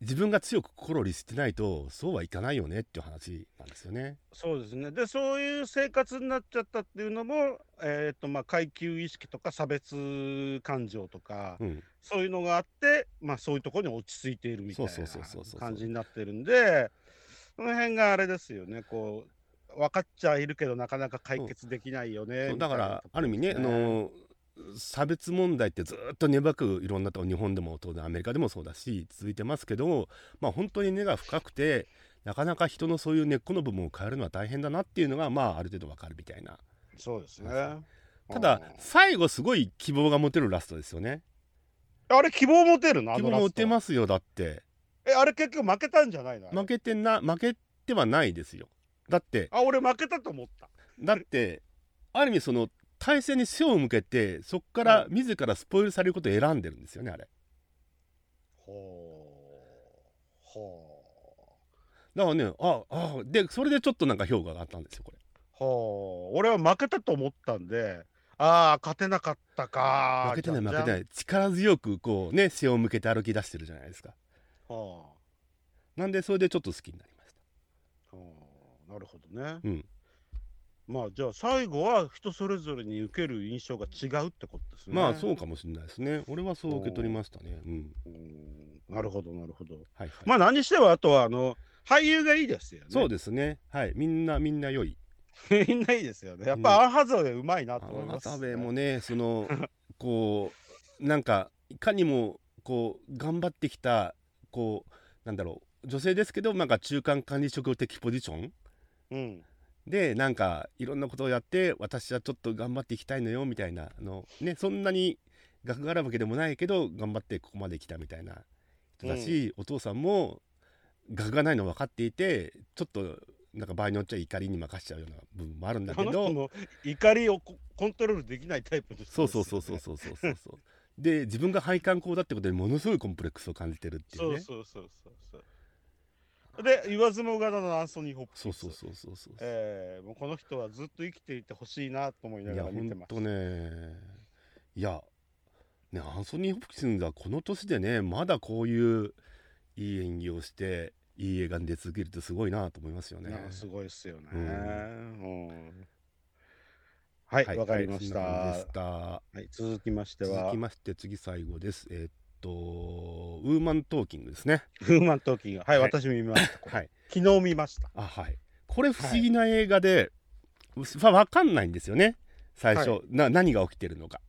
Speaker 4: 自分が強く心を律してないとそうはいかないよねっていう話なんですよね。
Speaker 3: そうですね。で、そういう生活になっちゃったっていうのも、えっ、と、まあ、階級意識とか差別感情とか、
Speaker 4: うん、
Speaker 3: そういうのがあって、まあ、そういうところに落ち着いているみたいな
Speaker 4: そうそうそうそうそう
Speaker 3: 感じになってるんで、その辺があれですよね、こう、分かっちゃいるけど、なかなか解決できないよね。
Speaker 4: そう
Speaker 3: みた
Speaker 4: だ
Speaker 3: い
Speaker 4: か
Speaker 3: な
Speaker 4: ら
Speaker 3: とこ
Speaker 4: ある
Speaker 3: ろ
Speaker 4: 意
Speaker 3: で
Speaker 4: 味
Speaker 3: す
Speaker 4: ね、あの差別問題ってずっと根ばくいろんなとこ日本でも当然アメリカでもそうだし続いてますけど、まあ、本当に根が深くてなかなか人のそういう根っこの部分を変えるのは大変だなっていうのが、まあ、ある程度わかるみたいな
Speaker 3: そうですね。
Speaker 4: ただ
Speaker 3: うん
Speaker 4: 最後すごい希望が持てるラストですよね。
Speaker 3: あれ、希望持てるな、
Speaker 4: 希望持て
Speaker 3: す。
Speaker 4: ますよだって
Speaker 3: え、あれ結局負けたんじゃないのあれ
Speaker 4: 負けてな負けてはないですよだって
Speaker 3: あ、俺負けたと思った。
Speaker 4: だってある意味その対戦に背を向けてそこから
Speaker 3: う
Speaker 4: 自らスポイルされることを選んでるんですよねあれ
Speaker 3: ほう。ほう。
Speaker 4: だからねああでそれでちょっとなんか評価があったんですよこれ
Speaker 3: はあ、俺は負けたと思ったんで、ああ勝てなかったか
Speaker 4: 負けてない負けて
Speaker 3: い
Speaker 4: ない力強くこうね背を向けて歩き出してるじゃないですか
Speaker 3: は
Speaker 4: なんでそれでちょっと好きになりました
Speaker 3: あ、はあ、なるほどね、
Speaker 4: うん
Speaker 3: まあじゃあ最後は人それぞれに受ける印象が違うってことですね
Speaker 4: まあそううかもしれないですね俺はそう受け取りましたねうん
Speaker 3: んなるほどなるほど
Speaker 4: はい、はい
Speaker 3: まあ何にしてはあとはあの俳優がいいですよね
Speaker 4: そうですねはいみんなみんな良い
Speaker 3: みんないいですよね。やっぱアンハザウェイうまいなと思います、
Speaker 4: 渡辺もねそのこうなんかいかにもこう頑張ってきたこうなんだろう女性ですけどなんか中間管理職的ポジション
Speaker 3: うん。
Speaker 4: でなんかいろんなことをやって私はちょっと頑張っていきたいのよみたいなあの、ね、そんなに額があるわけでもないけど頑張ってここまで来たみたいな人だし、お父さんも額がないの分かっていてちょっとなんか場合によっちゃ怒りに任しちゃうような部分もあるんだ
Speaker 3: あ
Speaker 4: け
Speaker 3: の *laughs* 人
Speaker 4: ど
Speaker 3: も怒りをココントロールできないタイプの人です
Speaker 4: そう
Speaker 3: よね
Speaker 4: そうそうそうそうそうそうそうで自分が配管工だってことにものすごいコンプレックスを感じてるっていうね
Speaker 3: そうそうそうそうそう。で言わずもがなのアンソニー・ホップ
Speaker 4: そうそう
Speaker 3: う。
Speaker 4: そうそうそう
Speaker 3: えー、もうこの人はずっと生きていてほしいなと思いないが
Speaker 4: や
Speaker 3: ら見てま
Speaker 4: 本
Speaker 3: した。
Speaker 4: 当ねいやねアンソニー・ホプキンスがこの年でねまだこういういい演技をしていい映画に出続けるってすごいなと思いますよね
Speaker 3: なんかすごいですよね。
Speaker 4: う
Speaker 3: うんはい、わ、かりまし
Speaker 4: そ
Speaker 3: た。
Speaker 4: んな感じで
Speaker 3: は
Speaker 4: した
Speaker 3: い、続きまして
Speaker 4: 続
Speaker 3: は
Speaker 4: き、まして次最後ですえーっとウーマントーキングですね
Speaker 3: フーマントーキング。はい、
Speaker 4: はい
Speaker 3: 私も見ました。これ
Speaker 4: はい
Speaker 3: 昨日見ました。
Speaker 4: あはいこれ不思議な映画で、わ分かんないんですよね最初、
Speaker 3: は
Speaker 4: な何が起きてるのか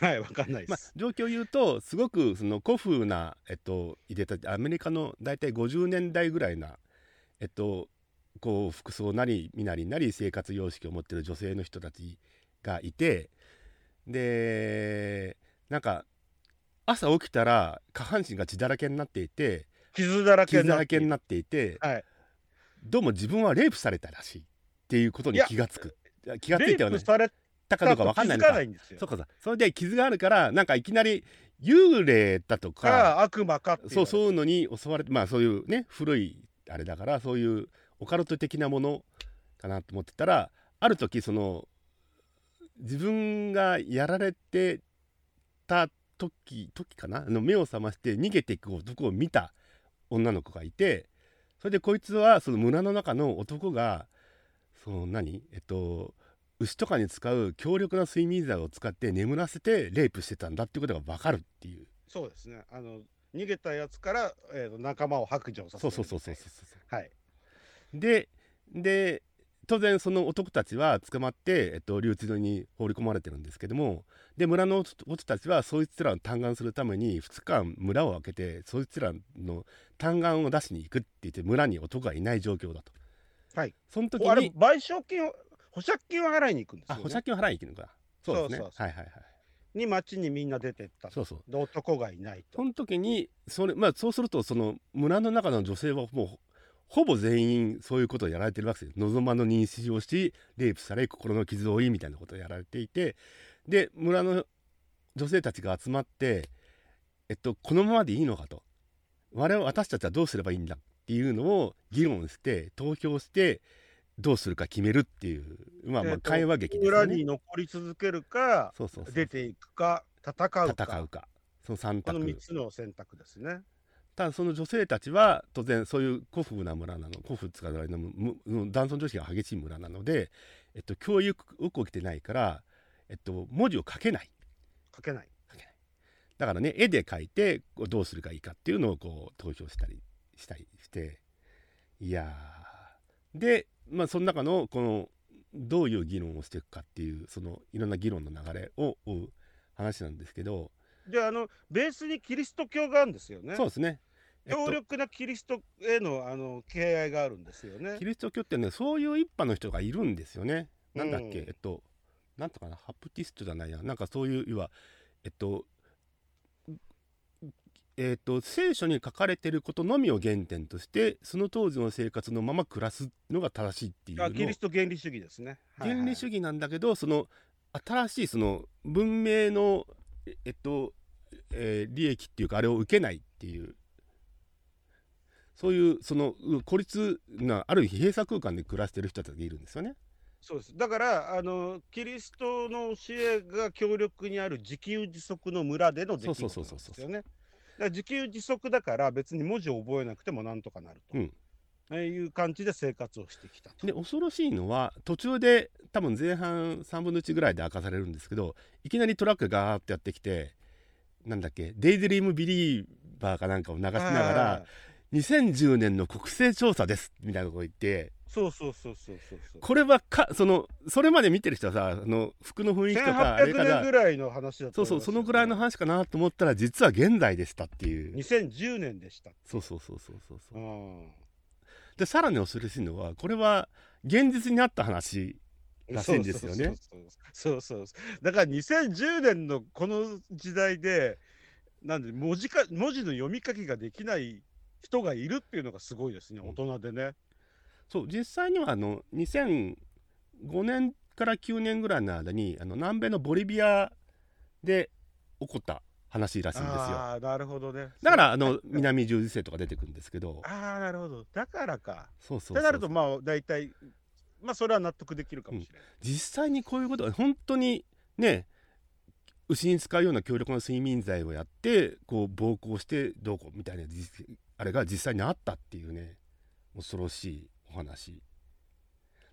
Speaker 3: はい、わかんないです。
Speaker 4: まあ、状況を言うとすごくその古風な、えっと、いでたアメリカの大体50年代ぐらいな、えっと、こう服装なり身なりなり生活様式を持ってる女性の人たちがいてでなんか朝起きたら下半身が血だらけになっていて
Speaker 3: 傷だらけ
Speaker 4: 傷
Speaker 3: にな
Speaker 4: だ
Speaker 3: っ
Speaker 4: ら
Speaker 3: て
Speaker 4: け
Speaker 3: い
Speaker 4: に
Speaker 3: る
Speaker 4: なっていて、
Speaker 3: はい
Speaker 4: どうも自分はレイプされたらしいっていうことに気がつくいや気がつ
Speaker 3: レ
Speaker 4: い
Speaker 3: イ
Speaker 4: ては
Speaker 3: プ
Speaker 4: ね
Speaker 3: され
Speaker 4: たかど
Speaker 3: た
Speaker 4: うか
Speaker 3: と
Speaker 4: 分かんないの
Speaker 3: 気づ
Speaker 4: か
Speaker 3: かないんですよ
Speaker 4: そう。かさそれで傷があるからなんかいきなり幽霊だとか
Speaker 3: か悪魔かって
Speaker 4: そうそう
Speaker 3: う
Speaker 4: いうのに襲われてまあそういうね古いあれだからそういうオカルト的なものかなと思ってたらある時その自分がやられてた時時かなあの目を覚まして逃げていく男を見た女の子がいてそれでこいつはその村の中の男がその何えっと牛とかに使う強力な睡眠剤を使って眠らせてレイプしてたんだっていうことが分かるっていう
Speaker 3: そうですね。あの逃げたやつから、えー、と仲間を白状させ
Speaker 4: そう
Speaker 3: る
Speaker 4: そうそうそうそうそう
Speaker 3: はい。
Speaker 4: でで当然その男たちは捕まって、えっと、留置所に放り込まれてるんですけどもで村の男たちはそいつらを嘆願するために2日間村を開けてそいつらの嘆願を出しに行くって言って村に男がいない状況だと。
Speaker 3: はい、
Speaker 4: その時
Speaker 3: おあれ賠
Speaker 4: に
Speaker 3: 償金を保釈金を払いに行くんです
Speaker 4: あ
Speaker 3: よ、ね。
Speaker 4: 保釈金を払いに行くのかそうですね
Speaker 3: そうそうそう
Speaker 4: はいはいはい
Speaker 3: に町にみんな出てった。
Speaker 4: そうそう
Speaker 3: で男がいないと
Speaker 4: そ。の時にそれ、まあ、そうするとその村の中の女性はもうほぼ全員そういうことをやられてるわけです望まぬ妊娠をしレイプされ心の傷を負いみたいなことをやられていてで村の女性たちが集まって、えっと、このままでいいのかと我々私たちはどうすればいいんだっていうのを議論して投票してどうするか決めるっていう、まあ、ま
Speaker 3: え
Speaker 4: あ
Speaker 3: ーと
Speaker 4: 会話劇です
Speaker 3: 村
Speaker 4: よ
Speaker 3: に
Speaker 4: ね。
Speaker 3: 残り続けるか
Speaker 4: そうそうそう
Speaker 3: 出ていくか戦うか
Speaker 4: 戦うかその三
Speaker 3: こ
Speaker 4: 択
Speaker 3: の三つの選択ですね。
Speaker 4: ただその女性たちは当然そういう古風な村なの古風つかないのむむ男尊女卑が激しい村なので、えっと、教育を受けてないから、えっと、文字を書けない
Speaker 3: 書けない。
Speaker 4: だからね絵で描いてこうどうするかいいかっていうのをこう投票したりしたりしていやーで、まあ、その中のこのどういう議論をしていくかっていうそのいろんな議論の流れを追う話なんですけど、
Speaker 3: であのベースにキリスト教があるんですよね。
Speaker 4: そうですね。えっと
Speaker 3: 強力なキリストへのあの敬愛があるんですよね
Speaker 4: キ。リスト教ってねそういう一派の人がいるんですよね。なんだっけ、
Speaker 3: うん
Speaker 4: えっとなんとかなハプティストじゃないやなんかそういう要はえっとえっと聖書に書かれてることのみを原点としてその当時の生活のまま暮らすのが正しいっていうの
Speaker 3: あキリスト原理主義ですね。
Speaker 4: 原理主
Speaker 3: 義
Speaker 4: 義なんだけどその新しいその文明のええっと、えー利益っていうかあれを受けないっていうそういうそのう孤立なある日閉鎖空間で暮らしてる人たちがいるんですよね。
Speaker 3: そうですだからあのキリストの教えが強力にある自給自足の村での出来事なんですよね。だから自給自足だから別に文字を覚えなくてもなんとかなると、
Speaker 4: うん
Speaker 3: えいう感じで生活をしてきたと。
Speaker 4: で恐ろしいのは途中で多分前半3分の1ぐらいで明かされるんですけどいきなりトラックがガーってやってきてなんだっけ「デイ・デリーム・ビリーバー」かなんかを流しなが
Speaker 3: はい
Speaker 4: ら「2010年の国勢調査です」みたいなこと言って
Speaker 3: そうそうそうそうそうそう。
Speaker 4: これはかそのそれまで見てる人はさあの服の雰囲気とかあれか
Speaker 3: 1800年ぐ
Speaker 4: ら
Speaker 3: らいの話だと
Speaker 4: そう
Speaker 3: 思
Speaker 4: そう
Speaker 3: ます
Speaker 4: そ
Speaker 3: よね
Speaker 4: のぐらいの話かなと思ったら実は現代でしたっていう
Speaker 3: 2010年でした。
Speaker 4: そうそうそうそうそうそううんでさらに恐ろしいのはこれは現実にあった話らしいんですよね。
Speaker 3: そうそうそうそうそうだから2010年のこの時代で、なんで文字か文字の読み書きができない人がいるっていうのがすごいですね、
Speaker 4: うん
Speaker 3: 大人でね。
Speaker 4: そう実際にはあの2005年から9年ぐらいの間にあの南米のボリビアで起こった話らしいんですよ
Speaker 3: ああ、なるほどね。
Speaker 4: だからあの南十字星とか出てくるんですけど
Speaker 3: そう、ああ、なるほど。だからか。
Speaker 4: そうそう
Speaker 3: っ
Speaker 4: そ
Speaker 3: て
Speaker 4: う
Speaker 3: なると、まあ、大体、まあ、それは納得できるかもしれない。
Speaker 4: 実際にこういうことが本当にね牛に使うような強力な睡眠剤をやってこう暴行してどうこうみたいな実あれが実際にあったっていうね恐ろしいお話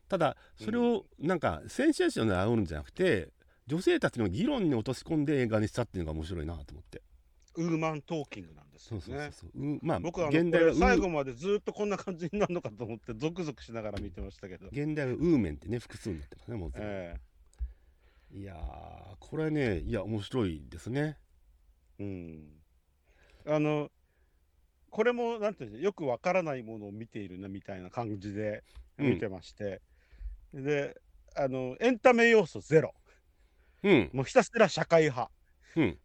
Speaker 4: ただそれをなんかセンセーションで煽るんじゃなくて女性たちの議論に落とし込んで映画にしたっていうのが面白いなと思って
Speaker 3: ウーマントーキングなんですよ
Speaker 4: そう
Speaker 3: ね。
Speaker 4: そうそうそう、うんまあ
Speaker 3: 僕はあの
Speaker 4: 現代
Speaker 3: こ
Speaker 4: は
Speaker 3: れ
Speaker 4: ウ
Speaker 3: 最
Speaker 4: ー
Speaker 3: 後までずっとこんな感じになるのかと思ってゾクゾクしながら見てましたけど、
Speaker 4: 現代はウーメンってね複数になってますねもう全部、
Speaker 3: え
Speaker 4: いやーこれねいや面白いですね
Speaker 3: えうん、あのこれもなんていうんでしょうよくわからないものを見ているなみたいな感じで
Speaker 4: うん
Speaker 3: 見てまして、であのエンタメ要素ゼロ
Speaker 4: うん
Speaker 3: もうひたすら社会派、
Speaker 4: うん、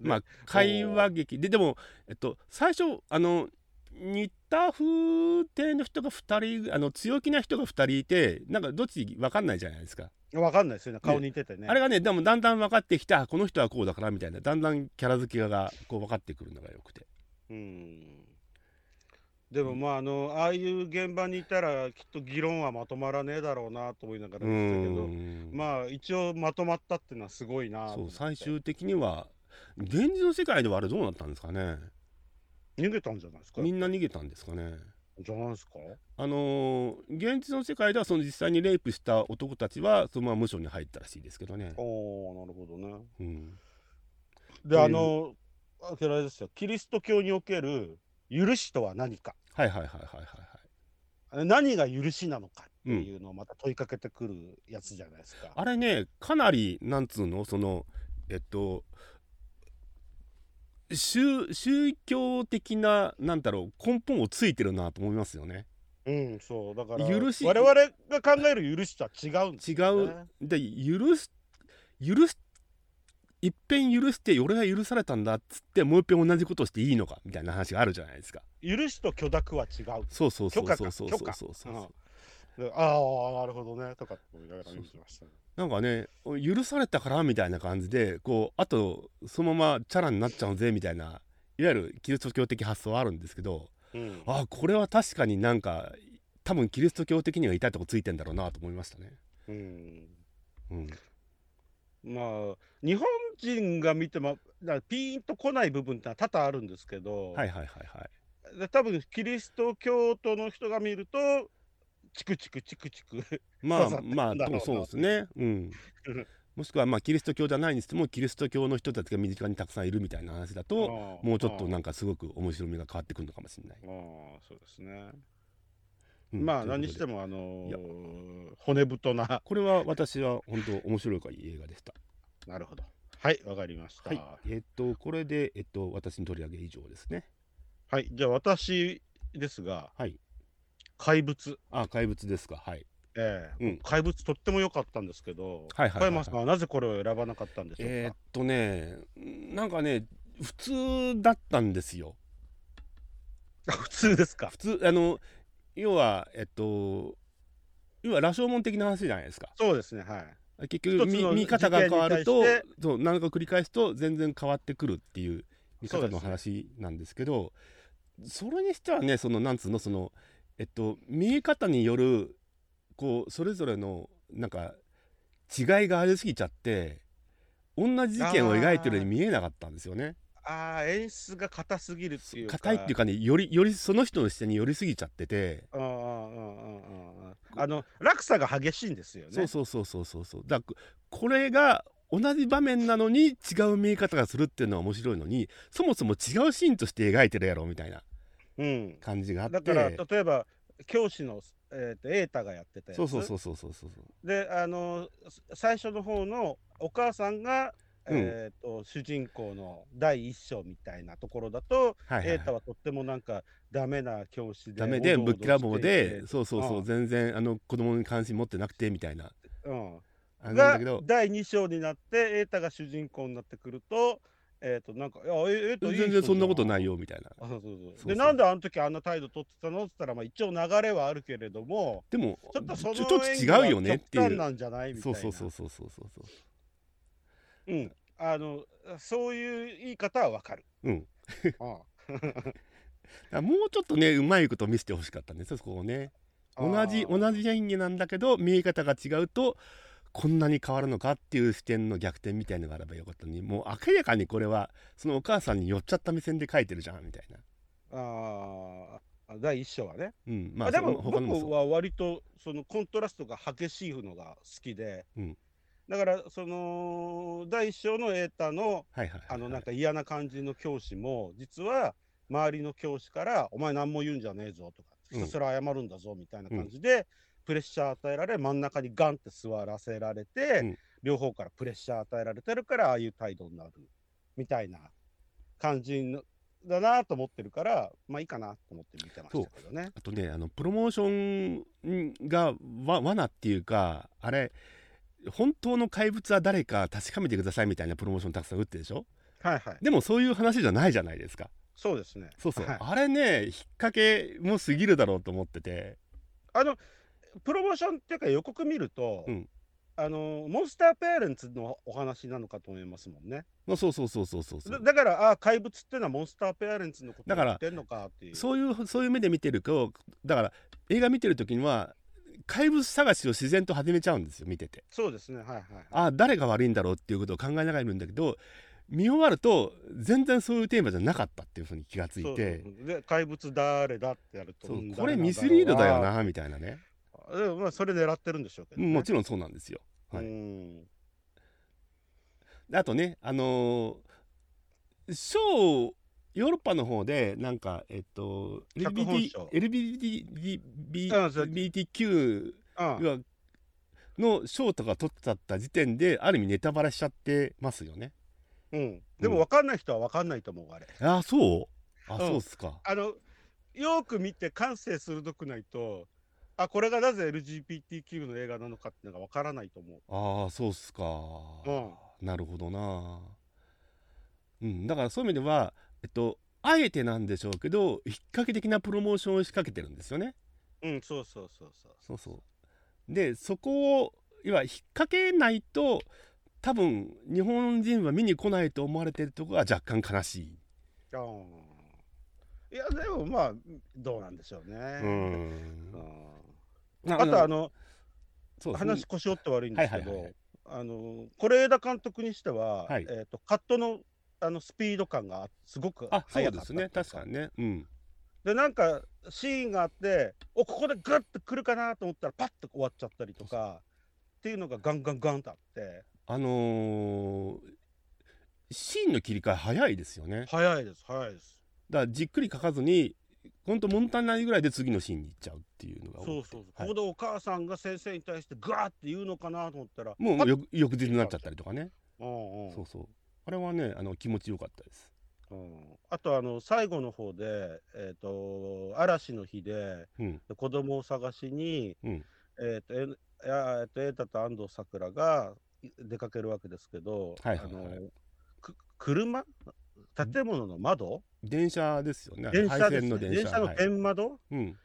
Speaker 4: ま
Speaker 3: あ
Speaker 4: あ会話劇ででも、えっと、最初あの似た風亭の人が2人あの強気な人が2人いてなんかどっち分かんないじゃないですか、
Speaker 3: わかんないですよね顔似ててね
Speaker 4: あれがねでもだんだん分かってきてあこの人はこうだからみたいなだんだんキャラ付けがこう分かってくるのがよくて
Speaker 3: うんでもまああのああいう現場にいたらきっと議論はまとまらねえだろうなと思いながら
Speaker 4: う
Speaker 3: 見てたけど
Speaker 4: んまあ
Speaker 3: まあ一応まとまったっていうのはすごいな
Speaker 4: そ
Speaker 3: と思
Speaker 4: う
Speaker 3: って
Speaker 4: 最終的には現実の世界ではあれどうなったんですかね
Speaker 3: 逃げたんじゃないですか
Speaker 4: みんな逃げたんですかね
Speaker 3: じゃないですか
Speaker 4: あのー現実の世界ではその実際にレイプした男たちはそのまま無所に入ったらしいですけどね
Speaker 3: お。おなるほどね
Speaker 4: うん
Speaker 3: で、
Speaker 4: うん
Speaker 3: あのあけどあれですよキリスト教における許しとは何か
Speaker 4: はいはいはいはいはいはい。
Speaker 3: 何が許しなのかっていうのをまた問いかけてくるやつじゃないですか、
Speaker 4: あれねかなりなんつうのそのえっと宗宗教的ななんだろう根本をついてるなと思いますよね。
Speaker 3: うんそうだから
Speaker 4: 許し
Speaker 3: 我々が考える許しとは違うんです
Speaker 4: 違
Speaker 3: よね
Speaker 4: うで許す許す一遍許して俺が許されたんだっつってもう一遍同じことしていいのかみたいな話があるじゃないですか。
Speaker 3: 許しと許諾は違う
Speaker 4: そうそうそうそうそうそ
Speaker 3: 許
Speaker 4: う
Speaker 3: 可か
Speaker 4: そうそう
Speaker 3: うんでああなるほどねとかって思いながら見てましたね
Speaker 4: なんかね許されたからみたいな感じでこうあとそのままチャラになっちゃうぜみたいないわゆるキリスト教的発想はあるんですけど
Speaker 3: うん
Speaker 4: あこれは確かになんか多分キリスト教的には痛いとこついてんだろうなと思いましたね。
Speaker 3: うん
Speaker 4: うん、
Speaker 3: まあ日本人が見てもだピーンとこない部分ってのは多々あるんですけど、
Speaker 4: はいはいはいはい。
Speaker 3: で多分キリスト教徒の人が見るとチクチクチクチク
Speaker 4: ま
Speaker 3: 刺さ
Speaker 4: あ
Speaker 3: ってるんだ
Speaker 4: ま
Speaker 3: ろうな
Speaker 4: あそうですね。
Speaker 3: *laughs*
Speaker 4: うん
Speaker 3: うん、
Speaker 4: もしくはまあキリスト教じゃないにしてもキリスト教の人たちが身近にたくさんいるみたいな話だともうちょっとなんかすごく面白みが変わってくるのかもしれない。
Speaker 3: ああそうですね、
Speaker 4: うん
Speaker 3: まあ
Speaker 4: ということで
Speaker 3: 何にしてもあの
Speaker 4: いや
Speaker 3: ー骨太な *laughs*
Speaker 4: これは私は本当面白いからいい映画でした。
Speaker 3: なるほどはいわかりました
Speaker 4: はい、えっとこれで、えっと、私の取り上げ以上ですね。
Speaker 3: はい、じゃあ私ですが
Speaker 4: はい。
Speaker 3: 怪物
Speaker 4: あ、怪物ですか。はい。
Speaker 3: ええ
Speaker 4: うん
Speaker 3: 怪物とっても良かったんですけど、
Speaker 4: はいはいはいはい
Speaker 3: 小山さんはなぜこれを選ばなかったんでしょうか、
Speaker 4: えーっとね、なんかね、普通だったんですよ。
Speaker 3: *laughs* 普通ですか
Speaker 4: 普通、あの、要は、えっと。要は羅生門的な話じゃないですか。
Speaker 3: そうですねはい
Speaker 4: 結局、
Speaker 3: 一つ
Speaker 4: み
Speaker 3: の
Speaker 4: 見方が変わると
Speaker 3: 事件に対、
Speaker 4: そう、何か繰り返すと、全然変わってくるっていう。見
Speaker 3: そう
Speaker 4: 方
Speaker 3: です
Speaker 4: の
Speaker 3: ね
Speaker 4: 話なんですけど。それにしてはね、その、なんつうの、その。えっと、見え方による。こうそれぞれのなんか違いがありすぎちゃって同じ事件を描いてるように見えなかったんですよね。
Speaker 3: ああ演出が硬すぎるっていうか
Speaker 4: 硬いっていうかねよりよりその人の視点に寄りすぎちゃってて、
Speaker 3: うんうんうんうんうんうんあの落差が激しいんですよね
Speaker 4: そうそうそうそうそうそうだからここれが同じ場面なのに違う見え方がするっていうのは面白いのにそもそも違うシーンとして描いてるやろみたいな
Speaker 3: うん、
Speaker 4: 感じがあって
Speaker 3: だから例えば教師の、えー、と瑛太がやってたやつ
Speaker 4: そうそうそうそうそうそうそう
Speaker 3: であのす最初の方のお母さんが、えー、と主人公の第一章みたいなところだと
Speaker 4: はいはいは
Speaker 3: 瑛
Speaker 4: い
Speaker 3: 太、はとってもなんかダメな教師で
Speaker 4: ダメで
Speaker 3: おどお
Speaker 4: ぶっ
Speaker 3: ど
Speaker 4: きらぼう
Speaker 3: して
Speaker 4: で
Speaker 3: いて
Speaker 4: そうそうそう
Speaker 3: うん
Speaker 4: 全然あの子供に関心持ってなくてみたいな
Speaker 3: うん、
Speaker 4: あれなんだ
Speaker 3: が
Speaker 4: けど
Speaker 3: 第2章になって瑛太が主人公になってくるとえっ、となんか「いやえ瑛太いい人じゃ
Speaker 4: 全然そんなことない
Speaker 3: よ
Speaker 4: よみたいな」
Speaker 3: あそうそうそ
Speaker 4: そ
Speaker 3: う
Speaker 4: うそう
Speaker 3: でなんであの時あんな態度取ってたのって言ったら、まあ、一応流れはあるけれども
Speaker 4: でも
Speaker 3: ちょっとその
Speaker 4: ちょちょっと違うよねって
Speaker 3: 演技は極端
Speaker 4: いう
Speaker 3: なんじゃないみた
Speaker 4: そ
Speaker 3: いうな
Speaker 4: そうそうそうそうそうそう
Speaker 3: うん、あのそういう言い方はわかる。
Speaker 4: うん
Speaker 3: *laughs* あ
Speaker 4: だからもうちょっとねうまいこと見せてほしかったんですよそこをね
Speaker 3: あ
Speaker 4: *laughs* 同じ
Speaker 3: あー
Speaker 4: 同じ演技なんだけど見え方が違うとこんなに変わるのかっていう視点の逆転みたいのがあればよかったのにもう明らかにこれはそのお母さんに寄っちゃった目線で書いてるじゃんみたいな、
Speaker 3: あー第一章はね。
Speaker 4: うん、ま
Speaker 3: まあ、
Speaker 4: あ
Speaker 3: で
Speaker 4: そ
Speaker 3: も
Speaker 4: の他のも
Speaker 3: 僕
Speaker 4: そう
Speaker 3: は割とそのコントラストが激しいのが好きで、
Speaker 4: うん
Speaker 3: だからその第一章の瑛太の
Speaker 4: はいはいはい
Speaker 3: あのなんか嫌な感じの教師も実は周りの教師から「お前何も言うんじゃねえぞ」とか「
Speaker 4: うん
Speaker 3: ひたすら謝るんだぞ」みたいな感じでプレッシャー与えられ真ん中にガンって座らせられて、
Speaker 4: うん
Speaker 3: 両方からプレッシャー与えられてるからああいう態度になるみたいな感じのだなと思ってるからまあいいかなと思って見てましたけどね。
Speaker 4: あとねあのプロモーションがわ罠っていうかあれ本当の怪物は誰か確かめてくださいみたいなプロモーションたくさん打ってるでしょ
Speaker 3: はいはい、
Speaker 4: でもそういう話じゃないじゃないですか
Speaker 3: そうですね
Speaker 4: そうそう、
Speaker 3: はい
Speaker 4: あれね引っ掛けも過ぎるだろうと思ってて
Speaker 3: あのプロモーションっていうか予告見ると、
Speaker 4: うん
Speaker 3: あのモンスターペアレンツのお話なのかと思いますもんね。
Speaker 4: まあそうそうそうそうそうそう
Speaker 3: だだからあ怪物っていうのはモンスターペアレンツのことを
Speaker 4: だから
Speaker 3: 言ってんのかっていう
Speaker 4: そういうそういう目で見てるとだから映画見てる時には怪物探しを自然と始めちゃうんですよ見てて
Speaker 3: そうですねはいはい
Speaker 4: ああ誰が悪いんだろうっていうことを考えながら見るんだけど見終わると全然そういうテーマじゃなかったっていうふうに気がついて
Speaker 3: そうで怪物誰だってやると
Speaker 4: そう
Speaker 3: うん
Speaker 4: これミスリードだよ
Speaker 3: 誰ん
Speaker 4: なみたいなね
Speaker 3: だろうなでもまあそれ狙ってるんでしょうけど、ね、
Speaker 4: もちろんそうなんですよはい
Speaker 3: うん
Speaker 4: あとねあのーショーヨーロッパの方でなんかえっと
Speaker 3: 脚本賞
Speaker 4: LGBT
Speaker 3: あそう
Speaker 4: LGBTQ
Speaker 3: あ
Speaker 4: がのショーとか撮っちゃった時点である意味ネタバレしちゃってますよね。
Speaker 3: うん、でも分かんない人は分かんないと思うあれ
Speaker 4: あそうあ、
Speaker 3: うん
Speaker 4: そうっすか。
Speaker 3: あのよく見て感性鋭くないとあこれがなぜ LGBTQ の映画なのかっていうのが分からないと思う
Speaker 4: ああそうっすか。
Speaker 3: うん
Speaker 4: なるほどな。うんだからそういう意味ではえっとあえてなんでしょうけど引っ掛け的なプロモーションを仕掛けてるんですよね。
Speaker 3: うんそうそうそうそう
Speaker 4: そうそうでそこを要は引っ掛けないと多分日本人は見に来ないと思われてるところが若干悲しい。
Speaker 3: あーいやでもまあどうなんでしょうね、
Speaker 4: ん
Speaker 3: うんあと
Speaker 4: の
Speaker 3: あの
Speaker 4: そうですね
Speaker 3: 話腰折って悪いんですけ
Speaker 4: はいはいはいは
Speaker 3: ど
Speaker 4: い
Speaker 3: あの是枝監督にしては、
Speaker 4: はい
Speaker 3: えー、とカットのあのスピード感がすごく
Speaker 4: あそ
Speaker 3: 速
Speaker 4: う
Speaker 3: か
Speaker 4: で
Speaker 3: った
Speaker 4: すね確かにねうん
Speaker 3: でなんかシーンがあっておここでグッとくるかなと思ったらパッと終わっちゃったりとかっていうのがガンガンガンとあって
Speaker 4: あのーシーンの切り替え早いですよね
Speaker 3: 早いです早いです
Speaker 4: だからじっくり書かずにほんと物足りないぐらいで次のシーンに行っちゃうっていうのが
Speaker 3: そ
Speaker 4: 多
Speaker 3: う
Speaker 4: くて
Speaker 3: そう
Speaker 4: は
Speaker 3: そう、
Speaker 4: い
Speaker 3: ここでお母さんが先生に対してガーって言うのかなと思ったら
Speaker 4: もう
Speaker 3: パ
Speaker 4: も
Speaker 3: ッ
Speaker 4: う翌翌日になっちゃったりとかね
Speaker 3: うんうん
Speaker 4: そうそうあれはねあの気持ちよかったです
Speaker 3: うんあとあの最後の方で、えーと「嵐の日で」
Speaker 4: うん
Speaker 3: 子供を探しに、
Speaker 4: うん
Speaker 3: えーとえんあえーと瑛太と安藤サクラがい出かけるわけですけど、
Speaker 4: はいはいはい
Speaker 3: あのく車建物の窓
Speaker 4: 電車ですよね。
Speaker 3: 電車
Speaker 4: 廃
Speaker 3: です、
Speaker 4: 線
Speaker 3: ね、
Speaker 4: の
Speaker 3: 電
Speaker 4: 電車。
Speaker 3: 車の
Speaker 4: はい
Speaker 3: 天窓
Speaker 4: うん、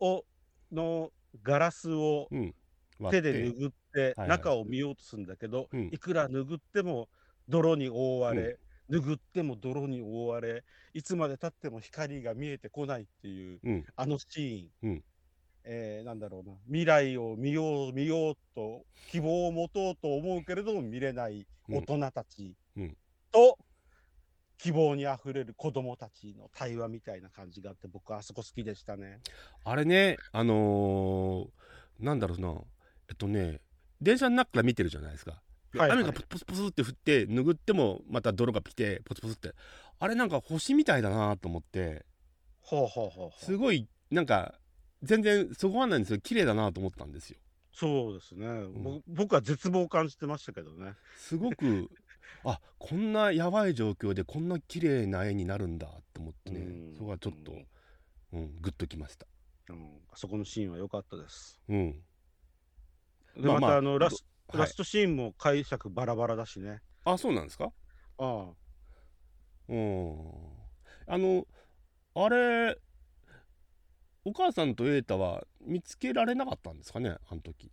Speaker 3: をのガラスを
Speaker 4: 割
Speaker 3: 手
Speaker 4: って
Speaker 3: で拭って
Speaker 4: はいはい
Speaker 3: 中を見ようとするんだけど、
Speaker 4: うん
Speaker 3: いくら拭っても泥に覆われ、拭っても泥に覆われいつまでたっても光が見えてこないっていう、
Speaker 4: うん
Speaker 3: あのシーン、
Speaker 4: うん
Speaker 3: えーなんだろうな未来を見よう見ようと希望を持とうと思うけれども見れない大人たち
Speaker 4: うんうん
Speaker 3: と、希望にあふれる子供たちの対話みたいな感じがあって僕はあそこ好きでしたね。
Speaker 4: あれねあのーなんだろうなえっとね電車の中から見てるじゃないですか、で
Speaker 3: はいはい
Speaker 4: 雨がポツポツポツって降って拭ってもまた泥が来てポツポツってあれなんか星みたいだなと思って
Speaker 3: ほうほうほうほ
Speaker 4: す
Speaker 3: う
Speaker 4: ごいなんか全然そこはないんですけど綺麗だなと思ったんですよ
Speaker 3: そうですね、
Speaker 4: ん
Speaker 3: ぼ僕は絶望を感じてましたけどね。
Speaker 4: すご
Speaker 3: *laughs*
Speaker 4: くあこんなやばい状況でこんな綺麗な絵になるんだと思って
Speaker 3: う
Speaker 4: ね
Speaker 3: ん
Speaker 4: そこはちょっと、うん、グッときました
Speaker 3: うん、あそこのシーンは良かったです。
Speaker 4: うん
Speaker 3: で
Speaker 4: ま
Speaker 3: ま
Speaker 4: あ
Speaker 3: た、
Speaker 4: まあ
Speaker 3: あのラス
Speaker 4: はい
Speaker 3: ラストシーンも解釈バラバラだしね。
Speaker 4: あそうなんですか
Speaker 3: あ
Speaker 4: うんあのあれお母さんと瑛太は見つけられなかったんですかねあの時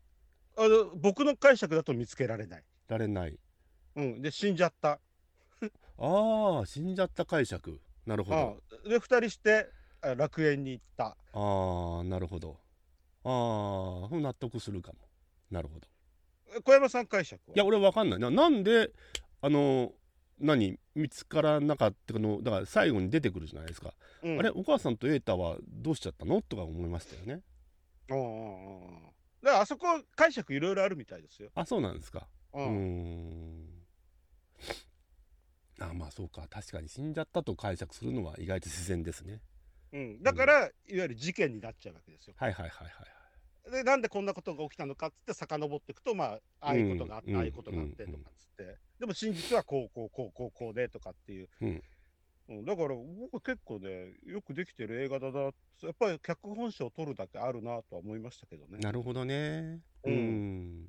Speaker 3: ああの僕の解釈だと見つけられない。
Speaker 4: られない
Speaker 3: うん、で死んじゃった。
Speaker 4: ああ死んじゃった解釈なるほ
Speaker 3: あ
Speaker 4: ど
Speaker 3: あで二人してあ楽園に行った。
Speaker 4: ああなるほどああ納得するかもなるほど
Speaker 3: え小山さん解釈はい
Speaker 4: や俺わかんないななんであの何見つからなかったのだから最後に出てくるじゃないですか、
Speaker 3: うん
Speaker 4: あれお母さんと瑛太はどうしちゃったのとか思いましたよね
Speaker 3: うんうんうんうんだからあそこ解釈いろいろあるみたいですよ。
Speaker 4: あそうなんですか
Speaker 3: う
Speaker 4: うー
Speaker 3: ん
Speaker 4: んあまあそうか確かに死んじゃったと解釈するのは意外と自然ですね
Speaker 3: うんだから、いわゆる事件になっちゃうわけですよ。
Speaker 4: はいはいはいはい
Speaker 3: でなんでこんなことが起きたのかっつって遡っていくとまあああいうことがあって、
Speaker 4: うん
Speaker 3: ああいうことがあってとかっつって、でも真実はこうこうこうこうこうでとかっていう、
Speaker 4: うん
Speaker 3: うんだから僕結構ねよくできてる映画だなやっぱり脚本賞を取るだけあるなとは思いましたけどね。
Speaker 4: なるほどねうーん
Speaker 3: うん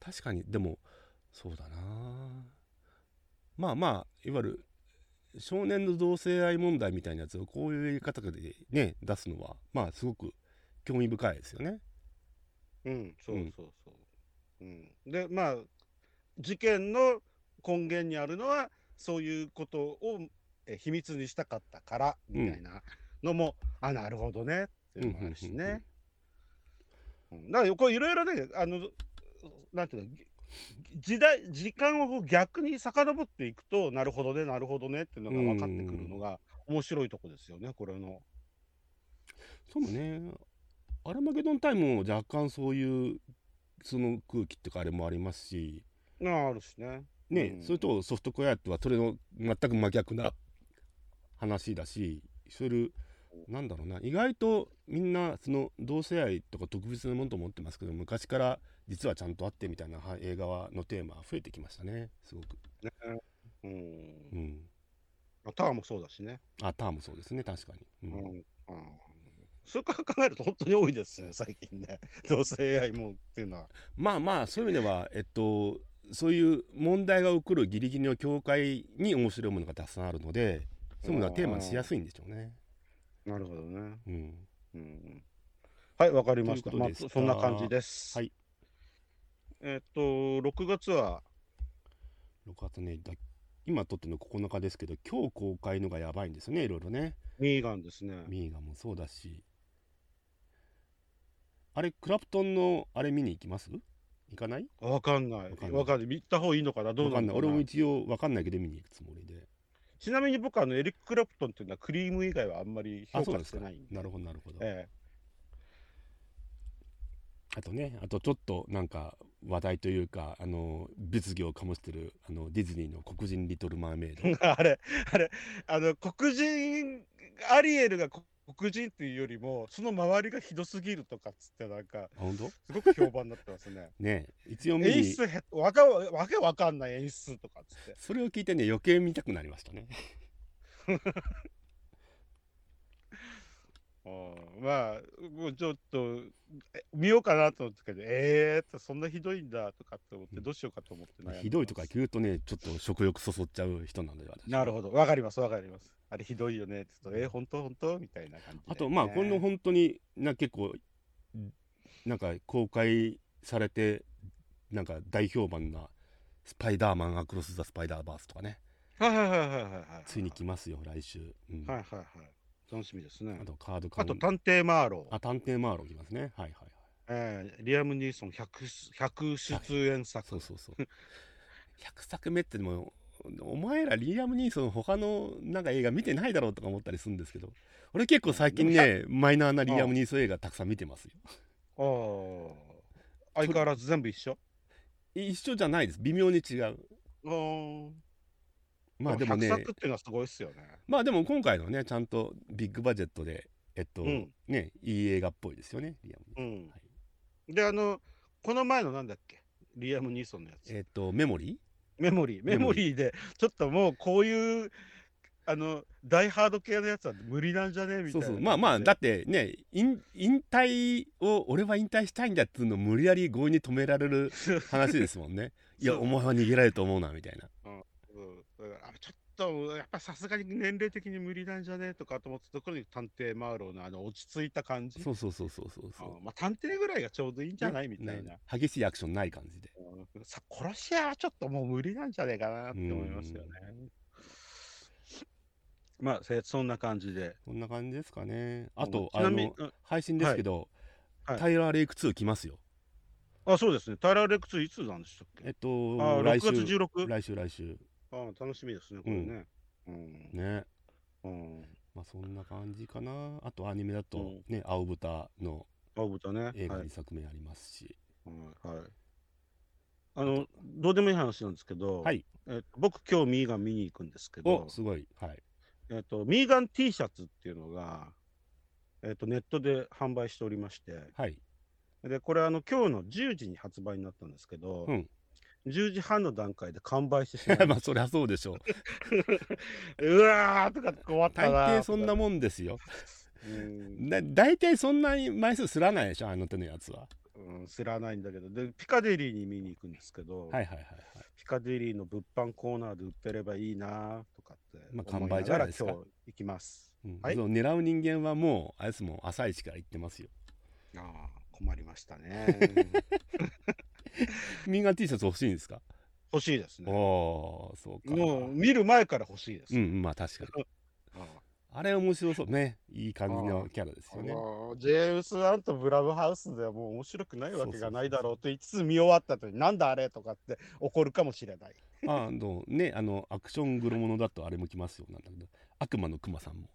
Speaker 4: 確かにでもそうだなまあまあいわゆる少年の同性愛問題みたいなやつをこういう言い方でね出すのはまあすごく興味深いですよね
Speaker 3: うん、そう
Speaker 4: うん
Speaker 3: そうそう。うん、でまあ事件の根源にあるのはそういうことをえ秘密にしたかったから
Speaker 4: うん
Speaker 3: みたいなのも、あなるほどねっていうのもあるしね。うんだからこういろいろねあのなんていうのぎ時代時間をこう逆に遡っていくとなるほどねなるほどねっていうのが分かってくるのが面白いとこですよねこれの。
Speaker 4: そうねアルマゲドンタイムも若干そういうその空気っていうかあれもありますし
Speaker 3: ああるしね。
Speaker 4: ね、
Speaker 3: うん
Speaker 4: それとソフトクエアとはそれの全く真逆な話だしそれなんだろうな意外とみんなその同性愛とか特別なものと思ってますけど昔から実はちゃんとあってみたいなは映画はのテーマは増えてきましたねすごく。う
Speaker 3: う、
Speaker 4: んん、
Speaker 3: タワーもそうだしね。
Speaker 4: あターンもそうですね確かに。うん
Speaker 3: うんそれから考えると本当に多いですね、最近
Speaker 4: *laughs*
Speaker 3: ね。同性愛もっていうのは。
Speaker 4: まあまあそういう意味では、えっと、そういう問題が起こるギリギリの境界に面白いものがたくさんあるのでそういうものはテーマにしやすいんでしょうね。
Speaker 3: なるほどね。
Speaker 4: うん、
Speaker 3: うん、はい、わかりました。
Speaker 4: ということ
Speaker 3: まあ
Speaker 4: でした、
Speaker 3: そんな感じです。
Speaker 4: はい。
Speaker 3: えっと、6月は、
Speaker 4: 6月ねだ今撮ってるの9日ですけど今日公開のがやばいんですよねいろいろね。
Speaker 3: ミーガンですね。
Speaker 4: ミーガンもそうだしあれクラプトンのあれ見に行きます行かない
Speaker 3: わかんない
Speaker 4: わかん。ない
Speaker 3: わかんない。行った方がいいのかな、どう
Speaker 4: わか
Speaker 3: なんん
Speaker 4: な
Speaker 3: だ
Speaker 4: い
Speaker 3: ろう
Speaker 4: 俺
Speaker 3: な
Speaker 4: も一応わかんないけど見に行くつもりで
Speaker 3: ちなみに僕、あの、エリック・クラプトンっていうのはクリーム以外はあんまり
Speaker 4: あ
Speaker 3: 評
Speaker 4: そう
Speaker 3: 価
Speaker 4: で
Speaker 3: し
Speaker 4: す
Speaker 3: て
Speaker 4: か
Speaker 3: な
Speaker 4: ない
Speaker 3: んで。
Speaker 4: るほどなるほど、
Speaker 3: え
Speaker 4: あとねあとちょっとなんか話題というかあの物議を醸してるあのディズニーの黒人リトル・マーメイド
Speaker 3: *laughs* えあれ、あれ、あの、黒人、アリエルが黒人っていうよりも、その周りがひどすぎるとかっつって、なんか、
Speaker 4: あ本当。
Speaker 3: すごく評判になってますね
Speaker 4: *laughs* ね一応見
Speaker 3: 演
Speaker 4: に
Speaker 3: 出へわかわけわかんない演出とかっつって。
Speaker 4: それを聞いてね余計見たくなりましたね
Speaker 3: うんまあ、もうちょっとえ見ようかなと思ったけど、えーってそんなひどいんだとかって思って、
Speaker 4: うん
Speaker 3: どうしようかと思って悩んでます
Speaker 4: ひどいとか言うとねちょっと食欲そそっちゃう人なのでは
Speaker 3: なるほど、わかります、わかります。あれひどいよねって言うと、えー、本当、本当みたいな感じで、
Speaker 4: あとまあこの本当にな結構なんか公開されてなんか大評判な「スパイダーマンアクロス・ザ・スパイダーバース」とかね
Speaker 3: はいはいはいはいはいはい。
Speaker 4: ついに来ますよ来週、うん
Speaker 3: はいはいはい。楽しみですね
Speaker 4: あ。とカードカ
Speaker 3: あ
Speaker 4: ウ
Speaker 3: と
Speaker 4: ンター
Speaker 3: 探偵マーロー
Speaker 4: あ、探偵マーローきますね。はいはいはい。
Speaker 3: えーリアム・ニーソン 100, 100出演作、
Speaker 4: そうそうそう。100作目ってもうお前らリアム・ニーソン他のなんか映画見てないだろうとか思ったりするんですけど俺結構最近ねマイナーなリアム・ニーソン映画たくさん見てますよ
Speaker 3: ああ相変わらず全部一緒
Speaker 4: 一緒じゃないです微妙に違う
Speaker 3: うん
Speaker 4: まあでもね
Speaker 3: 100作っていうのはすごいっすよね
Speaker 4: まあでも今回のねちゃんとビッグバジェットでえっと、
Speaker 3: うん
Speaker 4: ねいい映画っぽいですよねリアム・ニーソン、
Speaker 3: うん
Speaker 4: はい
Speaker 3: であのこの前のなんだっけリアム・ニーソンのやつ
Speaker 4: えっとメモリー
Speaker 3: メモリー
Speaker 4: メ
Speaker 3: メ
Speaker 4: モ
Speaker 3: モ
Speaker 4: リ
Speaker 3: リーでちょっともうこういうあの大ハード系のやつは無理なんじゃねみた
Speaker 4: そ
Speaker 3: いうな
Speaker 4: そうまあまあだ
Speaker 3: だ
Speaker 4: ってね引引退を俺は引退したいんだっつうのを無理やり強引に止められる話ですもん
Speaker 3: *laughs*
Speaker 4: ねいや
Speaker 3: そう
Speaker 4: お前は逃げられると思うなみたいな
Speaker 3: うん、だからあちょっとやっぱさすがに年齢的に無理なんじゃねとかと思ったところに探偵マーローのあの落ち着いた感じ
Speaker 4: そうそうそうそうそうそう
Speaker 3: あまあ探偵ぐらいがちょうどいいんじゃないみたいな、
Speaker 4: ね激しいアクションない感じで
Speaker 3: うんさ殺し屋はちょっともう無理なんじゃねえかなって思いますよね。まあせそんな感じで。
Speaker 4: こんな感じですかねあと、
Speaker 3: うんち
Speaker 4: あ
Speaker 3: なみに
Speaker 4: の配信ですけど、
Speaker 3: はいはい
Speaker 4: タイラー・レイク2来ますよ
Speaker 3: うんあそうですね、タイラー・レックスいつなんでしたっ
Speaker 4: え
Speaker 3: け
Speaker 4: っと
Speaker 3: あ6
Speaker 4: 来
Speaker 3: 月
Speaker 4: 週
Speaker 3: 16?
Speaker 4: 来週来週
Speaker 3: あ楽しみですね、これね。うん
Speaker 4: ね
Speaker 3: うん。
Speaker 4: まあそんな感じかなあとアニメだ
Speaker 3: う
Speaker 4: と
Speaker 3: ん
Speaker 4: ね、青豚の
Speaker 3: 青豚ね。
Speaker 4: 映画
Speaker 3: はい
Speaker 4: 2作目ありますし、
Speaker 3: うんはい。あの、どうでもいい話なんですけど、
Speaker 4: はい
Speaker 3: えっと僕、今日ミーガン見に行くんですけど
Speaker 4: お、すごいはい
Speaker 3: えっと、ミーガン T シャツっていうのが、えっと、ネットで販売しておりまして、
Speaker 4: はい
Speaker 3: で、これ、あの、今日の10時に発売になったんですけど、
Speaker 4: うん
Speaker 3: 10時半の段階で完売してしまい
Speaker 4: *laughs* *laughs* ま
Speaker 3: ま
Speaker 4: あ
Speaker 3: し
Speaker 4: そりゃそうでしょう
Speaker 3: *laughs* た。うわーとかって終わった
Speaker 4: 大
Speaker 3: なー
Speaker 4: 抵そんな
Speaker 3: とか
Speaker 4: もんですよ
Speaker 3: うん、
Speaker 4: だ大体そんなに枚数すらないでしょあの手のやつは
Speaker 3: うん知らないんだけど、で、ピカデリーに見に行くんですけど、
Speaker 4: はいはいはいはい
Speaker 3: ピカデリーの物販コーナーで売ってればいいなーとかって
Speaker 4: まあ完
Speaker 3: 思
Speaker 4: 売じゃないですか
Speaker 3: 今日行きます。
Speaker 4: うん
Speaker 3: はい
Speaker 4: そう狙う人間はもうあれですもん朝一から行ってますよ
Speaker 3: ああ、困りましたね。
Speaker 4: ミンガン T シャツ欲しいんですか、
Speaker 3: *laughs* 欲しいです
Speaker 4: お
Speaker 3: ね。
Speaker 4: おーそうか
Speaker 3: もう見る前から欲しいです。
Speaker 4: うんうんまあ確かに
Speaker 3: あ
Speaker 4: あれ面白そうねいい感じのキャラです
Speaker 3: あ
Speaker 4: よね
Speaker 3: もうジェームス・アンとブラブハウスではもう面白くないわけがないだろうと言いつつ見終わったとになんだあれとかって怒るかもしれない。
Speaker 4: ああのねあのアクショングロものだとあれも来ますよなんだけど悪魔のクマさんも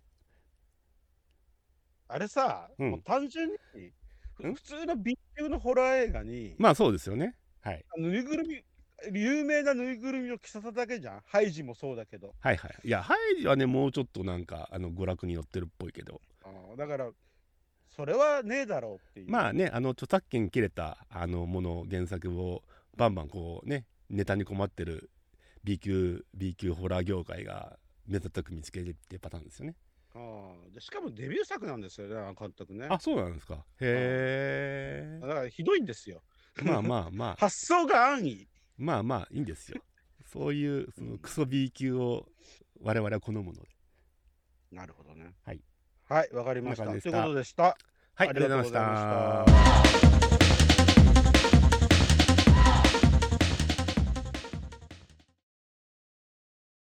Speaker 3: あれさ、
Speaker 4: うん
Speaker 3: もう単純に
Speaker 4: う
Speaker 3: ふ
Speaker 4: ん
Speaker 3: 普通の B 級のホラー映画に、
Speaker 4: まあそうですよねはい
Speaker 3: ぬいぐるみ有名なぬいぐるみを着させただけじゃん。ハイジもそうだけど。
Speaker 4: はいはいいやハイジはねもうちょっとなんかあの娯楽に寄ってるっぽいけど
Speaker 3: ああだからそれはねえだろうっていう。
Speaker 4: まあねあの著作権切れたあのもの原作をバンバンこうねネタに困ってる B 級 B 級ホラー業界が目立たく見つけるっていうパターンですよね。
Speaker 3: ああでしかもデビュー作なんですよね、あの監督ね。
Speaker 4: あそうなんですか。へ
Speaker 3: だからひどいんですよ。
Speaker 4: え。まあまあまあ
Speaker 3: 発想が安易。
Speaker 4: まあまあいいんですよ。そういうそのクソ B 級を我々は好むので。
Speaker 3: なるほどね。
Speaker 4: はい。
Speaker 3: はい、わかりました。
Speaker 4: こんな感じでし
Speaker 3: という
Speaker 4: た
Speaker 3: ことでした。
Speaker 4: はいあ
Speaker 3: あ
Speaker 4: り
Speaker 3: り
Speaker 4: が
Speaker 3: が
Speaker 4: とうご
Speaker 3: とうご
Speaker 4: ざい
Speaker 3: ざい
Speaker 4: ま
Speaker 3: ま
Speaker 4: し
Speaker 3: したた。